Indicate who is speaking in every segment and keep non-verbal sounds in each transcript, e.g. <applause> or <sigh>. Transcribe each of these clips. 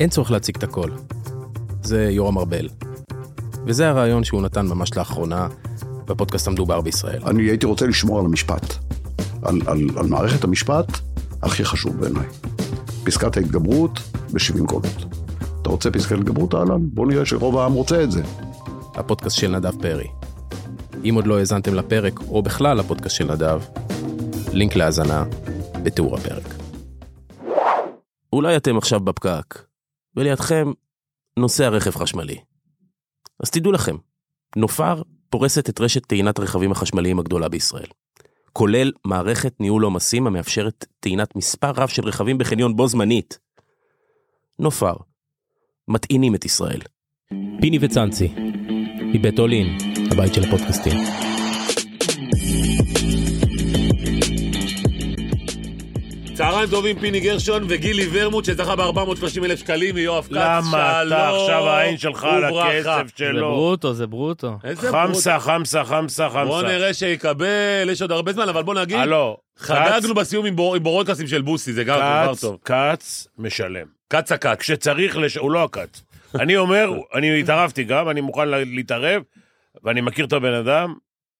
Speaker 1: אין צורך להציג את הכל. זה יורם ארבל. וזה הרעיון שהוא נתן ממש לאחרונה בפודקאסט המדובר בישראל.
Speaker 2: אני הייתי רוצה לשמור על המשפט. על, על, על מערכת המשפט הכי חשוב בעיניי. פסקת ההתגברות ב-70 קולות. אתה רוצה פסקת התגברות אהלן? בוא נראה שרוב העם רוצה את זה.
Speaker 1: הפודקאסט של נדב פרי. אם עוד לא האזנתם לפרק, או בכלל לפודקאסט של נדב, לינק להאזנה בתיאור הפרק. אולי אתם עכשיו בפקק, ולידכם נוסע רכב חשמלי. אז תדעו לכם, נופר פורסת את רשת טעינת הרכבים החשמליים הגדולה בישראל. כולל מערכת ניהול עומסים המאפשרת טעינת מספר רב של רכבים בחניון בו זמנית. נופר, מטעינים את ישראל. פיני וצאנצי, מבית אולין, הבית של הפודקאסטים.
Speaker 3: צהריים טובים, פיני גרשון וגילי ורמוט, שזכה ב-430 אלף שקלים מיואב כץ.
Speaker 4: למה אתה
Speaker 3: שלום
Speaker 4: עכשיו העין שלך על
Speaker 3: וברכה.
Speaker 4: הכסף
Speaker 5: זה
Speaker 4: שלו?
Speaker 5: ברוטו, זה ברוטו.
Speaker 3: איזה ברוטו.
Speaker 4: חמסה, חמסה, חמסה,
Speaker 3: בוא
Speaker 4: חמסה.
Speaker 3: נראה שיקבל, יש עוד הרבה זמן, אבל בוא נגיד,
Speaker 4: הלו,
Speaker 3: חגגנו בסיום עם בור- עם בורקסים של בוסי, זה גם דבר
Speaker 4: כץ,
Speaker 3: טוב.
Speaker 4: כץ משלם.
Speaker 3: כץ הכץ.
Speaker 4: כשצריך, לש... הוא
Speaker 3: <laughs>
Speaker 4: לא הכץ. אני אומר, אני התערבתי גם, אני מוכן לה- להתערב, ואני מכיר את הבן אדם,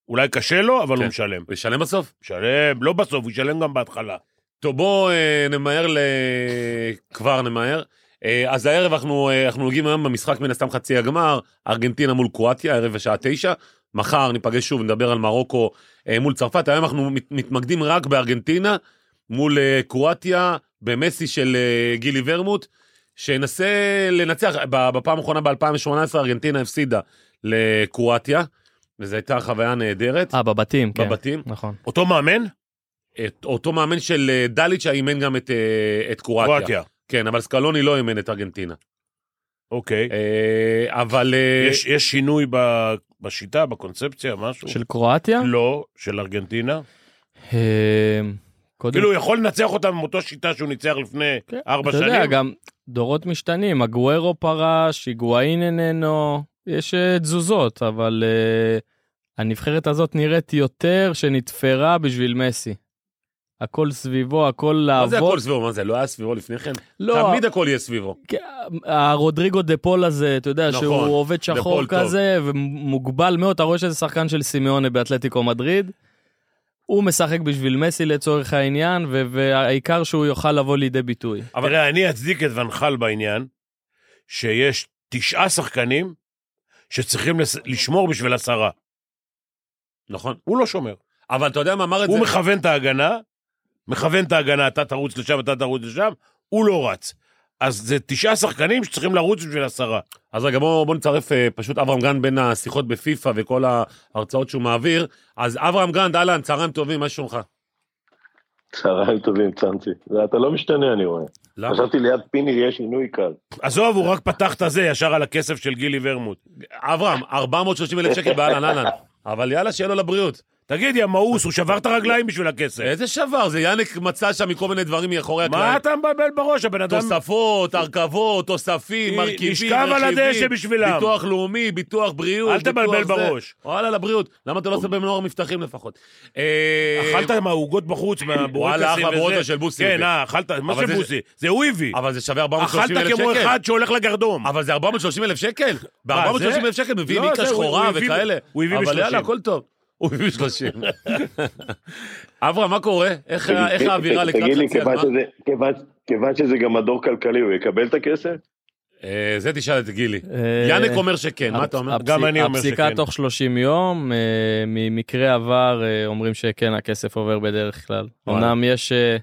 Speaker 4: אולי קשה לו, אבל הוא
Speaker 3: כן.
Speaker 4: משלם.
Speaker 3: הוא ישלם בסוף?
Speaker 4: משלם, לא בסוף, הוא ישלם גם בהתחלה.
Speaker 3: טוב, בוא אה, נמהר ל... כבר נמהר. אה, אז הערב אנחנו אה, אנחנו נוגעים היום במשחק מן הסתם חצי הגמר, ארגנטינה מול קרואטיה, הערב בשעה תשע. מחר ניפגש שוב, נדבר על מרוקו אה, מול צרפת. היום אנחנו מת- מתמקדים רק בארגנטינה מול אה, קרואטיה, במסי של אה, גילי ורמוט, שינסה לנצח. ב- בפעם האחרונה ב-2018 ארגנטינה הפסידה לקרואטיה, וזו הייתה חוויה נהדרת.
Speaker 5: אה, בבתים, כן.
Speaker 3: בבתים?
Speaker 5: נכון.
Speaker 4: אותו מאמן?
Speaker 3: את אותו מאמן של אה, דליצ'ה אימן גם את, אה, את קרואטיה.
Speaker 4: קרואטיה.
Speaker 3: כן, אבל סקלוני לא אימן את ארגנטינה.
Speaker 4: אוקיי.
Speaker 3: אה, אבל... אה,
Speaker 4: יש- יש שינוי ב- בשיטה, בקונספציה, משהו?
Speaker 5: של קרואטיה?
Speaker 4: לא, של ארגנטינה.
Speaker 5: אה, קודם
Speaker 4: כאילו, הוא יכול לנצח אותם עם אותה שיטה שהוא ניצח לפני
Speaker 5: כן.
Speaker 4: ארבע
Speaker 5: אתה
Speaker 4: שנים?
Speaker 5: יודע, גם דורות משתנים, הגוארו פרש, היגואין איננו, יש אה, תזוזות, אבל אה, הנבחרת הזאת נראית יותר שנתפרה בשביל מסי. הכל סביבו, הכל
Speaker 3: מה זה
Speaker 5: לעבור.
Speaker 3: הכל סביבו? מה זה, לא היה סביבו לפני כן?
Speaker 5: לא,
Speaker 3: תמיד הכל יהיה סביבו.
Speaker 5: כן, הרודריגו דה פול הזה, אתה יודע,
Speaker 3: נכון,
Speaker 5: שהוא עובד שחור
Speaker 3: פול טוב.
Speaker 5: כזה, ומוגבל מאוד, אתה רואה שזה שחקן של סימיונה באתלטיקו מדריד. הוא משחק בשביל מסי לצורך העניין, ו- והעיקר שהוא יוכל לבוא לידי ביטוי.
Speaker 4: אבל... תראה, אני אצדיק את ונחל בעניין, שיש תשעה שחקנים שצריכים לס... לשמור בשביל עשרה.
Speaker 3: נכון.
Speaker 4: הוא לא שומר.
Speaker 3: אבל אתה יודע מה אמר את זה?
Speaker 4: הוא מכוון את ההגנה, מכוון את ההגנה, אתה תרוץ לשם, אתה תרוץ לשם, הוא לא רץ. אז זה תשעה שחקנים שצריכים לרוץ בשביל עשרה.
Speaker 3: אז רגע, בואו בוא נצרף אה, פשוט אברהם גרנד בין השיחות בפיפ"א וכל ההרצאות שהוא מעביר. אז אברהם גרנד, אהלן, צהריים טובים, מה שלומך?
Speaker 6: צהריים טובים, צאנצי. זה- אתה לא משתנה, אני רואה.
Speaker 3: למה?
Speaker 6: חשבתי ליד פיני יהיה שינוי קל.
Speaker 4: עזוב, הוא רק פתח את הזה ישר על הכסף של גילי ורמוט.
Speaker 3: אברהם, 430 אלף שקל באהלן, אהלן. אבל יאללה, שיהיה לו לבריאות.
Speaker 4: תגיד, יא מאוס, הוא שבר את הרגליים בשביל הכסף.
Speaker 3: איזה שבר, זה יאנק מצא שם מכל מיני דברים מאחורי הקלעים.
Speaker 4: מה אתה מבלבל בראש, הבן אדם...
Speaker 3: תוספות, הרכבות, תוספים,
Speaker 4: היא-
Speaker 3: מרכיבים,
Speaker 4: אה, נשכב על
Speaker 3: רכיבים,
Speaker 4: הדשא בשבילם.
Speaker 3: ביטוח לאומי, ביטוח בריאות.
Speaker 4: אל תבלבל
Speaker 3: ביטוח זה.
Speaker 4: בראש.
Speaker 3: וואלה, לבריאות. למה אתה לא עושה במנור מבטחים לפחות? אה,
Speaker 4: אכלת מהעוגות בחוץ, מהבורקסים
Speaker 3: וואלה, אחלה
Speaker 4: וזה.
Speaker 3: בורקס של בוסי הוא
Speaker 4: כן,
Speaker 3: הביא.
Speaker 4: אה, אכלת, מה
Speaker 3: אבל
Speaker 4: של
Speaker 3: זה-
Speaker 4: בוסי? זה הוא הביא.
Speaker 3: אבל זה שווה
Speaker 4: אכלת
Speaker 3: 430 אלף
Speaker 4: כמו
Speaker 3: שקל.
Speaker 4: אחד שהולך לגרדום.
Speaker 3: אבל זה 430 אלף שקל?
Speaker 4: מה,
Speaker 3: ב-430 אלף
Speaker 4: זה?
Speaker 3: שקל מביאים
Speaker 4: לא,
Speaker 3: איקה
Speaker 4: זה הוא-
Speaker 3: שחורה
Speaker 4: הוא הביא-
Speaker 3: וכאלה.
Speaker 4: הוא הביא
Speaker 3: אבל
Speaker 4: ב-
Speaker 3: יאללה,
Speaker 4: 30.
Speaker 3: הכל טוב. הוא הביא ב-30. אברהם, מה קורה? איך ה- איך
Speaker 6: תגיד-
Speaker 3: האווירה לקראת
Speaker 6: תגיד לי,
Speaker 3: חצי
Speaker 6: כיוון
Speaker 3: הגמר?
Speaker 6: שזה- כיוון- כיוון שזה גם מדור כלכלי, הוא יקבל את הכסף?
Speaker 3: אה, זה תשאל את גילי.
Speaker 5: אה,
Speaker 3: יאנק אומר שכן, מה אתה אומר?
Speaker 5: הפסיק-
Speaker 4: גם אני אומר
Speaker 5: הפסיקה
Speaker 4: שכן.
Speaker 5: תוך 30 יום, אה, ממקרה עבר אה, אומרים שכן, הכסף עובר בדרך כלל.
Speaker 3: וואלה.
Speaker 5: אמנם יש... אה,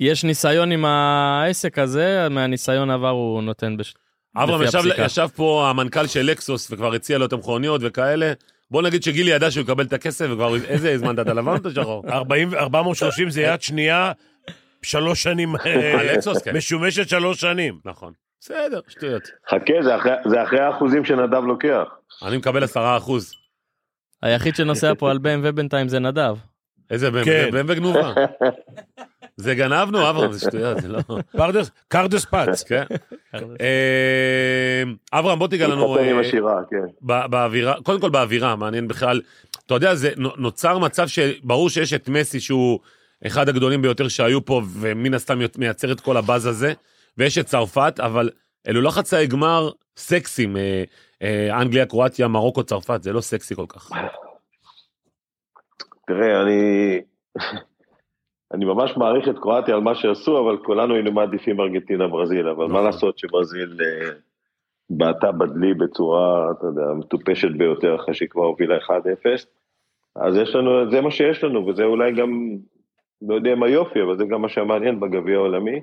Speaker 5: יש ניסיון עם העסק הזה, מהניסיון עבר הוא נותן בש...
Speaker 3: <laughs> אברהם
Speaker 5: לפי
Speaker 3: ישב,
Speaker 5: הפסיקה.
Speaker 3: ישב פה המנכ"ל של לקסוס וכבר הציע לו את המכוניות וכאלה. בוא נגיד שגילי ידע שהוא יקבל את הכסף וכבר <laughs> איזה הזמנת את הלבן או את השחור?
Speaker 4: 40 430 זה יד שנייה, שלוש שנים, אה,
Speaker 3: על לקסוס <laughs> כן.
Speaker 4: משומשת שלוש שנים.
Speaker 3: נכון. בסדר, שטויות.
Speaker 6: חכה, זה אחרי- זה אחרי האחוזים שנדב לוקח.
Speaker 3: אני מקבל עשרה אחוז.
Speaker 5: היחיד שנוסע
Speaker 3: <laughs>
Speaker 5: פה על BMW בינתיים זה נדב.
Speaker 3: איזה בן
Speaker 4: כן.
Speaker 3: בן וגנובה. זה גנבנו אברהם, זה שטויות, זה לא...
Speaker 4: פרדס, קרדס פץ.
Speaker 3: כן. אה, אברהם בוא תיגע לנו
Speaker 6: מתחתן עם
Speaker 3: אה,
Speaker 6: השירה, כן.
Speaker 3: ב- באווירה, קודם כל באווירה, מעניין בכלל. אתה יודע, זה נו- נוצר מצב שברור שיש את מסי שהוא אחד הגדולים ביותר שהיו פה, ומן הסתם יוצ- מייצר את כל הבאז הזה. ויש את צרפת, אבל אלו לא חצאי גמר סקסים. אה, אה, אנגליה, קרואטיה, מרוקו, צרפת, זה לא סקסי כל כך.
Speaker 6: תראה, אני... אני ממש מעריך את קרואטיה על מה שעשו, אבל כולנו היינו מעדיפים ארגנטינה ברזיל, אבל מה
Speaker 3: נכון.
Speaker 6: לעשות שברזיל אה, בעטה בדלי בצורה, אתה יודע, המטופשת ביותר אחרי שהיא כבר הובילה 1-0, אז יש לנו, זה מה שיש לנו, וזה אולי גם, לא יודע מה יופי, אבל זה גם מה שמעניין בגביע העולמי.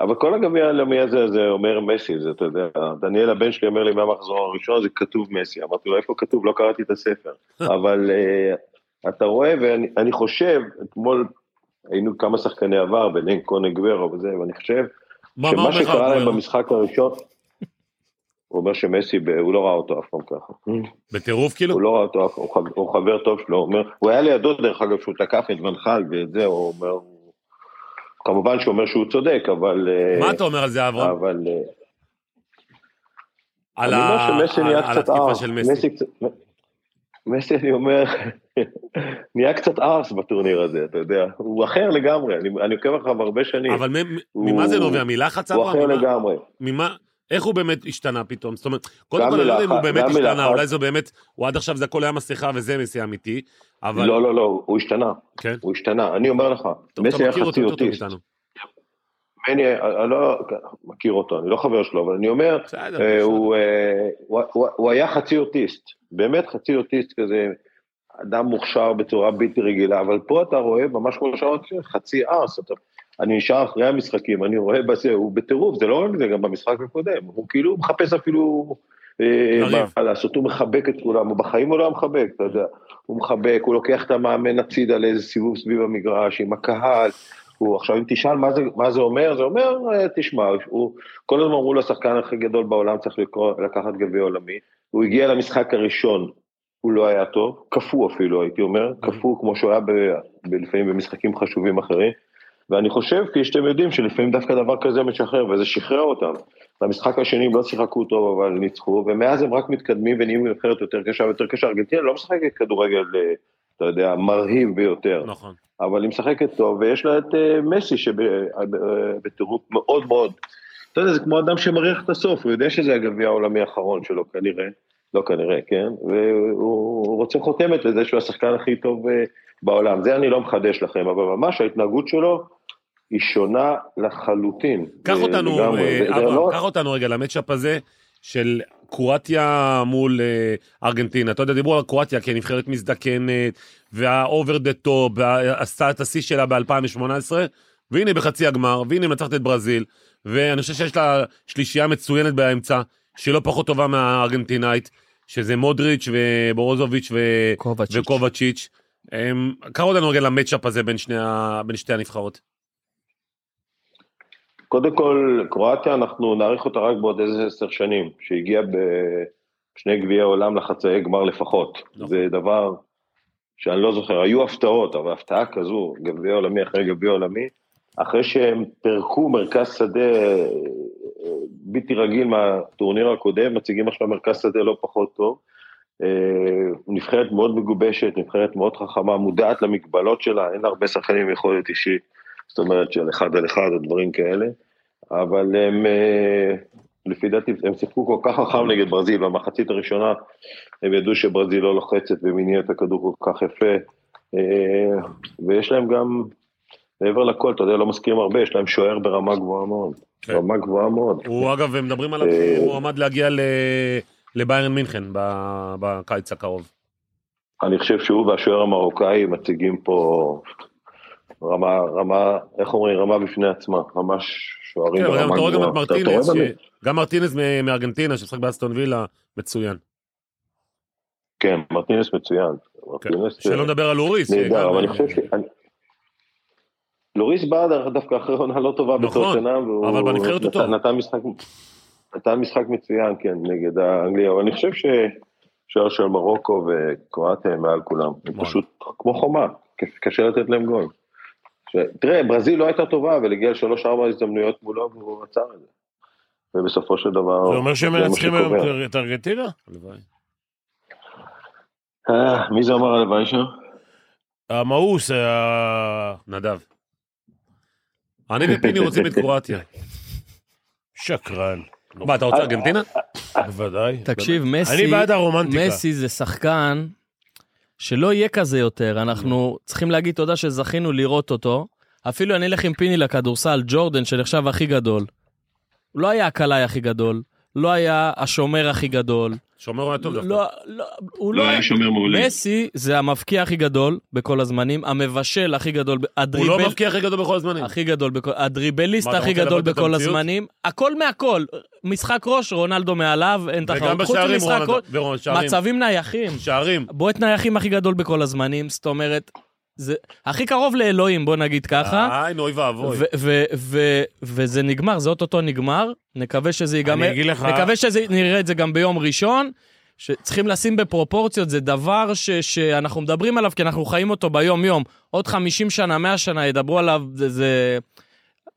Speaker 6: אבל כל הגביע העולמי הזה, זה אומר מסי, זה אתה יודע, דניאל הבן שלי אומר לי מהמחזור הראשון, זה כתוב מסי, אמרתי לו, איפה כתוב? לא קראתי את הספר. אבל אה, אתה רואה, ואני אני חושב, אתמול היינו כמה שחקני עבר, ולינקון אגוורו וזה, ואני חושב,
Speaker 3: מה, מה
Speaker 6: שמה
Speaker 3: אומר אה, לך
Speaker 6: שקרה להם
Speaker 3: הגויר?
Speaker 6: במשחק הראשון, הוא אומר שמסי, ב- הוא לא ראה אותו אף פעם ככה.
Speaker 3: אה. בטירוף כאילו?
Speaker 6: הוא לא ראה אותו, אף- הוא חבר- הוא חבר טוב שלו, הוא אומר, הוא היה לידו דרך אגב שהוא תקף את ונחל ואת זה, הוא אומר, הוא- כמובן שהוא אומר שהוא צודק, אבל... אה,
Speaker 3: מה אתה אומר על זה, אברהם?
Speaker 6: אבל... אה,
Speaker 3: על
Speaker 6: אני
Speaker 3: ה-
Speaker 6: אומר שמסי
Speaker 3: על-
Speaker 6: נהיה
Speaker 3: על
Speaker 6: קצת
Speaker 3: התקיפה
Speaker 6: ארס.
Speaker 3: של מסי.
Speaker 6: קצת- מסי, אני אומר, <laughs> נהיה קצת ארס בטורניר הזה, אתה יודע. הוא אחר לגמרי, אני אני עוקב אחריו הרבה שנים.
Speaker 3: אבל מ- מ-
Speaker 6: הוא-
Speaker 3: ממה זה נובע? מלחץ,
Speaker 6: הוא אחר
Speaker 3: אברהם? ממה-
Speaker 6: לגמרי.
Speaker 3: ממה, איך הוא באמת השתנה פתאום? זאת אומרת, קודם
Speaker 6: גם
Speaker 3: כל אני לא יודע אם הוא
Speaker 6: מלאכה-
Speaker 3: באמת
Speaker 6: גם
Speaker 3: השתנה,
Speaker 6: מלאכה-
Speaker 3: אולי זו באמת, הוא עד עכשיו זה הכל היה מסכה וזה מסי אמיתי, אבל...
Speaker 6: לא, לא, לא, הוא השתנה.
Speaker 3: כן.
Speaker 6: הוא השתנה, אני אומר לך,
Speaker 3: טוב, אתה
Speaker 6: מסי היה
Speaker 3: מכיר אותו
Speaker 6: חצי
Speaker 3: יותר טוב
Speaker 6: אוטיסט.
Speaker 3: איתנו.
Speaker 6: מני, אני לא מכיר אותו, אני לא חבר שלו, אבל אני אומר,
Speaker 3: בסדר,
Speaker 6: אה,
Speaker 3: בסדר.
Speaker 6: הוא, אה, הוא- הוא- הוא היה חצי אוטיסט, באמת חצי אוטיסט כזה, אדם מוכשר בצורה בלתי רגילה, אבל פה אתה רואה ממש כמו שעות, חצי ארס, אתה, אני נשאר אחרי המשחקים, אני רואה בזה, הוא בטירוף, זה לא רק זה, גם במשחק הקודם, הוא כאילו מחפש אפילו, אה,
Speaker 3: לריב.
Speaker 6: מה לעשות, הוא מחבק את כולם, הוא בחיים הוא לא היה מחבק, אתה יודע, הוא מחבק, הוא לוקח את המאמן הצידה לאיזה סיבוב סביב המגרש עם הקהל, הוא, עכשיו אם תשאל מה זה, מה זה אומר, זה אומר, אה, תשמע, הוא, כל הזמן אמרו לו השחקן הכי גדול בעולם צריך לקרוא, לקחת גביע עולמי, הוא הגיע למשחק הראשון, הוא לא היה טוב, קפוא אפילו הייתי אומר, קפוא כמו שהוא היה ב, ב, לפעמים במשחקים חשובים אחרים, ואני חושב, כפי שאתם יודעים, שלפעמים דווקא דבר כזה משחרר, וזה שחרר אותם. במשחק השני הם לא שיחקו טוב, אבל ניצחו, ומאז הם רק מתקדמים ונהיים נבחרת יותר קשה ויותר קשה. ארגנטינה לא משחקת כדורגל, אה, אתה יודע, מרהיב ביותר.
Speaker 3: נכון.
Speaker 6: אבל היא משחקת טוב, ויש לה את אה, מסי שבטירוף מאוד מאוד. אתה יודע, זה כמו אדם שמריח את הסוף, הוא יודע שזה הגביע העולמי האחרון שלו כנראה, לא כנראה, כן? והוא הוא רוצה חותמת לזה שהוא השחקן הכי טוב אה, בעולם. זה אני לא מחדש לכם, אבל ממש ההתנהגות שלו היא שונה לחלוטין.
Speaker 3: קח
Speaker 6: אה,
Speaker 3: אותנו,
Speaker 6: לגמרי.
Speaker 3: אה,
Speaker 6: זה- זה
Speaker 3: אברהם,
Speaker 6: לא-
Speaker 3: קח אותנו רגע למצ'אפ הזה של קרואטיה מול אה, ארגנטינה. אתה יודע, דיברו על קרואטיה כנבחרת מזדקנת, והאובר דה טופ, עשתה את השיא שלה ב-2018, והנה בחצי הגמר, והנה מנצחת את ברזיל, ואני חושב שיש לה שלישייה מצוינת באמצע, שלא פחות טובה מהארגנטינאית, שזה מודריץ' ובורוזוביץ' ו-
Speaker 5: קובצ'יץ'.
Speaker 3: וקובצ'יץ'. הם- קח אותנו רגע למצ'אפ הזה בין שני ה- בין שתי הנבחרות.
Speaker 6: קודם כל, קרואטיה, אנחנו נעריך אותה רק בעוד איזה עשר שנים, שהגיעה בשני גביעי עולם לחצאי גמר לפחות.
Speaker 3: נכון.
Speaker 6: זה דבר שאני לא זוכר, היו הפתעות, אבל הפתעה כזו, גביע עולמי אחרי גביע עולמי, אחרי שהם פירקו מרכז שדה אה, אה, בלתי רגיל מהטורניר הקודם, מציגים עכשיו מרכז שדה לא פחות טוב. אה, נבחרת מאוד מגובשת, נבחרת מאוד חכמה, מודעת למגבלות שלה, אין הרבה שחקנים עם יכולת אישית, זאת אומרת של אחד על אחד או דברים כאלה, אבל הם, אה, לפי דעתי, הם שיחקו כל כך חכם נגד ברזיל, במחצית הראשונה הם ידעו שברזיל לא לוחצת ומניע את הכדור כל כך יפה, אה, ויש להם גם, מעבר לכל, אתה יודע, לא מזכירים הרבה, יש להם שוער ברמה גבוהה מאוד,
Speaker 3: כן.
Speaker 6: רמה גבוהה מאוד.
Speaker 3: הוא אגב, הם מדברים עליו
Speaker 6: אה,
Speaker 3: שהוא מועמד להגיע ל- לביירן מינכן ב- בקיץ הקרוב.
Speaker 6: אני חושב שהוא והשוער המרוקאי מציגים פה רמה, רמה, איך אומרים, רמה בפני עצמה, ממש שוערים
Speaker 3: כן, אבל גם
Speaker 6: ברמה
Speaker 3: אתה רואה גם
Speaker 6: גבוהה.
Speaker 3: את מרטינז,
Speaker 6: אתה רואה
Speaker 3: ש-
Speaker 6: באמת?
Speaker 3: גם מרטינז מ- מארגנטינה שמשחק באסטון וילה,
Speaker 6: אה,
Speaker 3: מצוין.
Speaker 6: כן, מרטינס מצוין.
Speaker 3: כן.
Speaker 6: מרטינס,
Speaker 3: שלא נדבר על אוריס.
Speaker 6: נהדר,
Speaker 3: שגם- אה,
Speaker 4: אה,
Speaker 6: אבל אני חושב ש... אני- לוריס באדר דווקא אחרי עונה לא טובה
Speaker 3: נכון,
Speaker 6: בטוטנאם, והוא
Speaker 3: אבל בנבחרת הוא
Speaker 6: נתן-
Speaker 3: טוב.
Speaker 6: נתן משחק, נתן משחק מצוין, כן, נגד האנגליה, אבל אני חושב ששער של מרוקו וקרואטיה הם מעל כולם, הם
Speaker 3: נכון.
Speaker 6: פשוט כמו חומה, ק- קשה לתת להם גול. ש... תראה, ברזיל לא הייתה טובה, אבל הגיע לשלוש-ארבע הזדמנויות מולו והוא עצר את זה. ובסופו של דבר...
Speaker 4: זה אומר שהם
Speaker 6: זה מה
Speaker 4: מנצחים היום את
Speaker 6: שקובע.
Speaker 4: אר- את ארגנטינה?
Speaker 3: הלוואי.
Speaker 6: אה, מי זה אמר הלוואי שם?
Speaker 4: המאוס, אה, ה-
Speaker 3: נדב. אני ופיני רוצים את קרואטיה.
Speaker 4: שקרן.
Speaker 3: מה, אתה רוצה ארגנטינה?
Speaker 4: בוודאי.
Speaker 5: תקשיב, מסי...
Speaker 4: אני בעד הרומנטיקה.
Speaker 5: מסי זה שחקן שלא יהיה כזה יותר.
Speaker 3: לא.
Speaker 5: אנחנו צריכים להגיד תודה שזכינו לראות אותו. אפילו אני אלך עם פיני לכדורסל, ג'ורדן שנחשב הכי גדול. הוא לא היה הקלעי הכי גדול, לא היה השומר הכי גדול.
Speaker 3: שומר עונה טוב דווקא.
Speaker 5: לא, לא, הוא
Speaker 6: לא היה שומר מעולה.
Speaker 5: מסי זה המבקיע הכי גדול בכל הזמנים, המבשל הכי גדול, ב-
Speaker 3: הוא לא
Speaker 5: הדריבל
Speaker 3: מבקיע הכי גדול בכל הזמנים.
Speaker 5: הכי גדול, בכל- הדריבליסט
Speaker 3: מה, אתה
Speaker 5: הכי
Speaker 3: רוצה
Speaker 5: גדול
Speaker 3: לבטא את
Speaker 5: בכל
Speaker 3: המציאות?
Speaker 5: הזמנים, הכל מהכל, משחק ראש, רונלדו מעליו, אין
Speaker 3: וגם
Speaker 5: תחרות, חוץ
Speaker 3: בשערים הוא
Speaker 5: ממשחק
Speaker 3: רונלדו.
Speaker 5: ראש,
Speaker 3: ורון, שערים.
Speaker 5: מצבים נייחים,
Speaker 3: שערים.
Speaker 5: בועט נייחים הכי גדול בכל הזמנים, זאת אומרת, זה הכי קרוב לאלוהים, בוא נגיד ככה.
Speaker 3: אין, אוי ואבוי.
Speaker 5: ו- ו- ו- וזה נגמר, זה אוטוטו נגמר, נקווה שזה ייגמר,
Speaker 4: אני אגיד לך-
Speaker 5: נקווה שנראה את זה גם ביום ראשון, שצריכים לשים בפרופורציות, זה דבר ש- שאנחנו מדברים עליו כי אנחנו חיים אותו ביום-יום, עוד 50 שנה, 100 שנה ידברו עליו, זה... זה...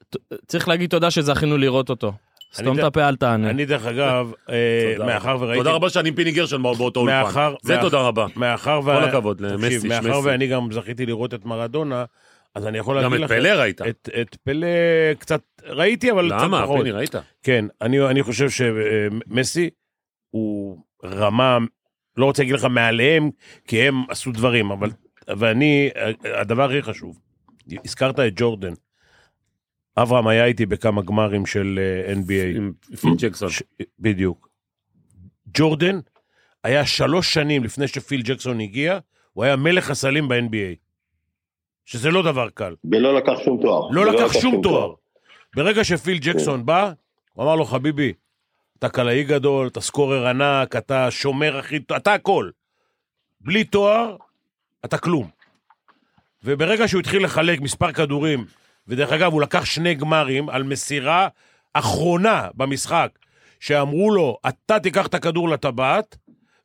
Speaker 5: ת- צריך להגיד תודה שזכינו לראות אותו. סתום את
Speaker 4: ד-
Speaker 5: הפה, אל תענה.
Speaker 4: אני דרך אגב, אה,
Speaker 3: תודה.
Speaker 4: מאחר וראיתי...
Speaker 3: תודה רבה שאני עם פיני גרשנבאום באותו אולפן.
Speaker 4: מאחר-
Speaker 3: זה
Speaker 4: מאח-
Speaker 3: תודה רבה.
Speaker 4: מאחר ו...
Speaker 3: כל הכבוד אה, למסי,
Speaker 4: תקשיב, מאחר
Speaker 3: שמסי.
Speaker 4: ואני גם זכיתי לראות את מרדונה, אז אני יכול
Speaker 3: גם
Speaker 4: להגיד
Speaker 3: את
Speaker 4: לך...
Speaker 3: פלא ראית.
Speaker 4: את, את פלא קצת ראיתי, אבל קצת
Speaker 3: למה?
Speaker 4: פחות.
Speaker 3: פיני ראית.
Speaker 4: כן, אני, אני חושב שמסי הוא רמה, לא רוצה להגיד לך מעליהם, כי הם עשו דברים, אבל, ואני, הדבר הכי חשוב, הזכרת את ג'ורדן. אברהם היה איתי בכמה גמרים של אה, NBA.
Speaker 3: עם פיל
Speaker 4: <laughs>
Speaker 3: ג'קסון.
Speaker 4: ש- בדיוק. ג'ורדן היה שלוש שנים לפני שפיל ג'קסון הגיע, הוא היה מלך הסלים ב-NBA. שזה לא דבר קל.
Speaker 6: ולא לקח שום תואר.
Speaker 4: לא
Speaker 6: ולא
Speaker 4: לקח שום תואר. ברגע שפיל ג'קסון בא, הוא אמר לו, חביבי, אתה קלעי גדול, אתה סקורר ענק, אתה שומר הכי טוב, אתה הכל. בלי תואר, אתה כלום. וברגע שהוא התחיל לחלק מספר כדורים, ודרך אגב, הוא לקח שני גמרים על מסירה אחרונה במשחק, שאמרו לו, אתה תיקח את הכדור לטבעת,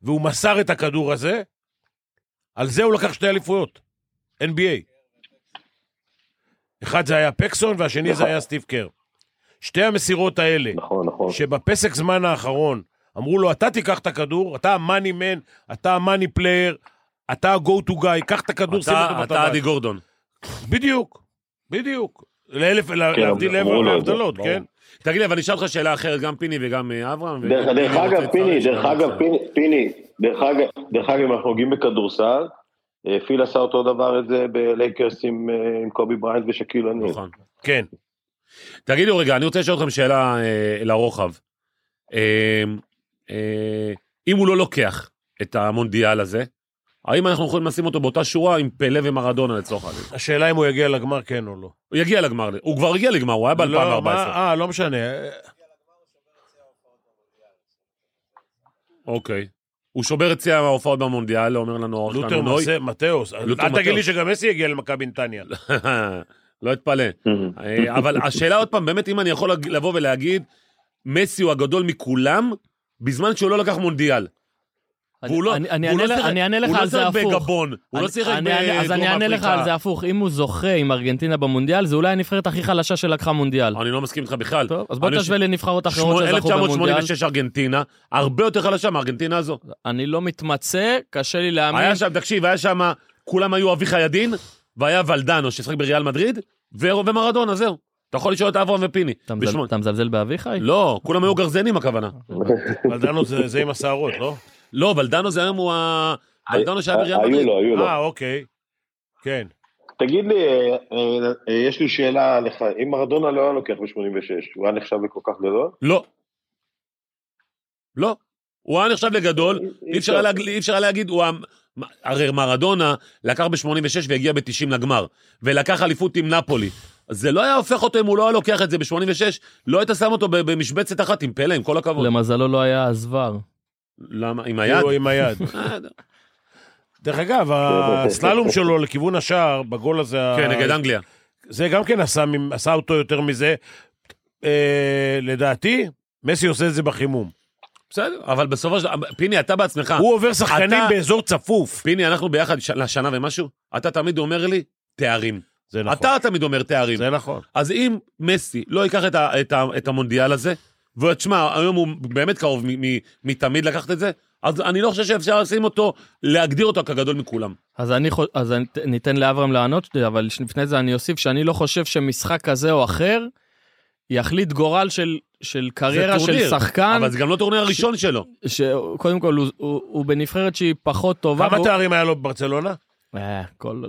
Speaker 4: והוא מסר את הכדור הזה, על זה הוא לקח שתי אליפויות, NBA. אחד זה היה פקסון והשני זה היה סטיב קר. שתי המסירות האלה,
Speaker 6: נכון, נכון.
Speaker 4: שבפסק זמן האחרון אמרו לו, אתה תיקח את הכדור, אתה המאני מן, אתה המאני פלייר, אתה ה-go to guy, קח את הכדור, שים
Speaker 3: אתה-
Speaker 4: אותו
Speaker 3: אתה
Speaker 4: בטבעת.
Speaker 3: אדי גורדון.
Speaker 4: בדיוק, בדיוק. לאלף, להבדיל
Speaker 6: כן, אמרו
Speaker 4: אלף
Speaker 6: לו את זה,
Speaker 4: להבדלות,
Speaker 3: ברור.
Speaker 4: כן?
Speaker 3: תגיד לי, אבל אני אשאל אותך שאלה אחרת, גם פיני וגם אה, אברהם. ו-
Speaker 6: דרך, דרך
Speaker 3: אני רוצה
Speaker 6: אגב, פיני,
Speaker 3: להתפרש,
Speaker 6: דרך
Speaker 3: אני
Speaker 6: אגב,
Speaker 3: רוצה.
Speaker 6: פיני, פיני, דרך אגב, דרך אגב, אם אנחנו נוגעים בכדורסל, אה, פיל עשה אותו דבר את זה בלייקרס עם, אה, עם קובי בריינט ושקיל אוניל.
Speaker 3: נכון.
Speaker 4: כן.
Speaker 3: תגידו רגע, אני רוצה לשאול אתכם שאלה אה, לרוחב. אה, אה, אם הוא לא לוקח את המונדיאל הזה, האם אנחנו יכולים לשים אותו באותה שורה עם פלא ומרדונה לצורך העניין?
Speaker 4: השאלה אם הוא יגיע לגמר, כן או לא.
Speaker 3: הוא יגיע לגמר, הוא כבר הגיע לגמר, הוא היה
Speaker 4: לא,
Speaker 3: ב-2014.
Speaker 4: מה- אה, לא משנה.
Speaker 3: אוקיי. הוא שובר את שיא ההופעות במונדיאל, אומר לנו אורח
Speaker 4: לותר מרסה- מתאוס.
Speaker 3: לותר
Speaker 4: אל תגיד לי
Speaker 3: מתאוס.
Speaker 4: שגם מסי יגיע למכבי נתניה.
Speaker 3: <laughs> לא אתפלא. אה, אבל השאלה עוד פעם, באמת, אם אני יכול לג- לבוא ולהגיד, מסי הוא הגדול מכולם, בזמן שהוא לא לקח מונדיאל.
Speaker 5: אני-
Speaker 3: והוא לא-
Speaker 5: אני- אני
Speaker 3: והוא
Speaker 5: אענה
Speaker 3: לא
Speaker 5: לך-
Speaker 3: שיחק-
Speaker 5: אני אענה לך
Speaker 3: הוא
Speaker 5: על
Speaker 3: לא
Speaker 5: זה
Speaker 3: שיחק
Speaker 5: הפוך.
Speaker 3: בגבון, הוא לא
Speaker 5: אני-
Speaker 3: שיחק
Speaker 5: אני אענה- אז אני
Speaker 3: בדרום
Speaker 5: אענה לך על זה
Speaker 3: אפריקה.
Speaker 5: הפוך, אם הוא זוכה עם ארגנטינה במונדיאל, זה אולי הנבחרת הכי חלשה שלקחה מונדיאל.
Speaker 3: אני לא מסכים איתך בכלל.
Speaker 5: טוב, אז בוא
Speaker 3: אני-
Speaker 5: תשווה לנבחרות אחרות
Speaker 3: שמונה-
Speaker 5: שזכו במונדיאל.
Speaker 3: 1986 ארגנטינה, הרבה יותר חלשה מארגנטינה הזו.
Speaker 5: אני לא מתמצא, קשה לי להאמין.
Speaker 3: היה שם, תקשיב, היה שם, כולם היו אביחי ידין, והיה ולדנו ששחק בריאל מדריד, ו- ומרדונה, זהו. אתה יכול לשאול את אברהם ופיני.
Speaker 5: אתה מזל-
Speaker 3: בשמונה-
Speaker 5: אתה מזלזל באביחי?
Speaker 3: לא, כולם היו גרזנים
Speaker 6: <laughs>
Speaker 3: הכוונה.
Speaker 4: אבל דנו, זה זה עם הסערות, לא?
Speaker 3: לא, ולדנו זה היום הוא ה... ולדנו שהיה בריאל
Speaker 6: אה, היו
Speaker 3: מדריד.
Speaker 6: לו, היו לו.
Speaker 4: אה, אוקיי. כן.
Speaker 6: תגיד לי, אה, אה, אה, יש לי שאלה לך, אם מרדונה לא היה לוקח ב-86, הוא היה נחשב לכל כך גדול?
Speaker 3: לא. לא. הוא היה נחשב לגדול, אי אפשר היה להג- אי אפשר היה להגיד, הוא ה- מה- הרי מרדונה לקח ב-86 והגיע ב-90 לגמר, ולקח אליפות עם נפולי. אז זה לא היה הופך אותו אם הוא לא היה לוקח את זה ב-86, לא היית שם אותו ב- במשבצת אחת עם פלא, עם כל הכבוד.
Speaker 5: למזלו לא היה הסבר.
Speaker 3: למה? עם
Speaker 4: היד.
Speaker 3: היד?
Speaker 4: הוא כאילו,
Speaker 3: <laughs>
Speaker 4: עם היד.
Speaker 3: אה,
Speaker 4: דרך
Speaker 6: <laughs>
Speaker 4: אגב, הסללום שלו לכיוון השער, בגול הזה,
Speaker 3: כן,
Speaker 4: ה-
Speaker 3: נגד אנגליה.
Speaker 4: זה גם כן עשה, מ- עשה אותו יותר מזה. אה, לדעתי, מסי עושה את זה בחימום.
Speaker 3: בסדר, אבל בסופו של דבר, פיני, אתה בעצמך.
Speaker 4: הוא עובר שחקנים
Speaker 3: אה, אתה-
Speaker 4: באזור צפוף.
Speaker 3: פיני, אנחנו ביחד ש- לשנה ומשהו, אתה תמיד אומר לי, תארים.
Speaker 4: זה נכון.
Speaker 3: אתה תמיד אומר תארים.
Speaker 4: זה נכון.
Speaker 3: אז אם מסי לא ייקח את, ה, את, ה, את המונדיאל הזה, ותשמע, היום הוא באמת קרוב מ, מ, מתמיד לקחת את זה, אז אני לא חושב שאפשר לשים אותו, להגדיר אותו כגדול מכולם.
Speaker 5: אז אני חו- אז אני- ניתן לאברהם לענות, אבל לפני זה אני אוסיף שאני לא חושב שמשחק כזה או אחר יחליט גורל של, של קריירה של
Speaker 3: טורניר,
Speaker 5: שחקן,
Speaker 3: אבל זה גם לא טורניר הראשון שלו.
Speaker 5: שקודם כל הוא- הוא הוא בנבחרת שהיא פחות טובה.
Speaker 4: כמה
Speaker 5: והוא-
Speaker 4: תארים היה לו בברצלונה?
Speaker 5: אה, כל-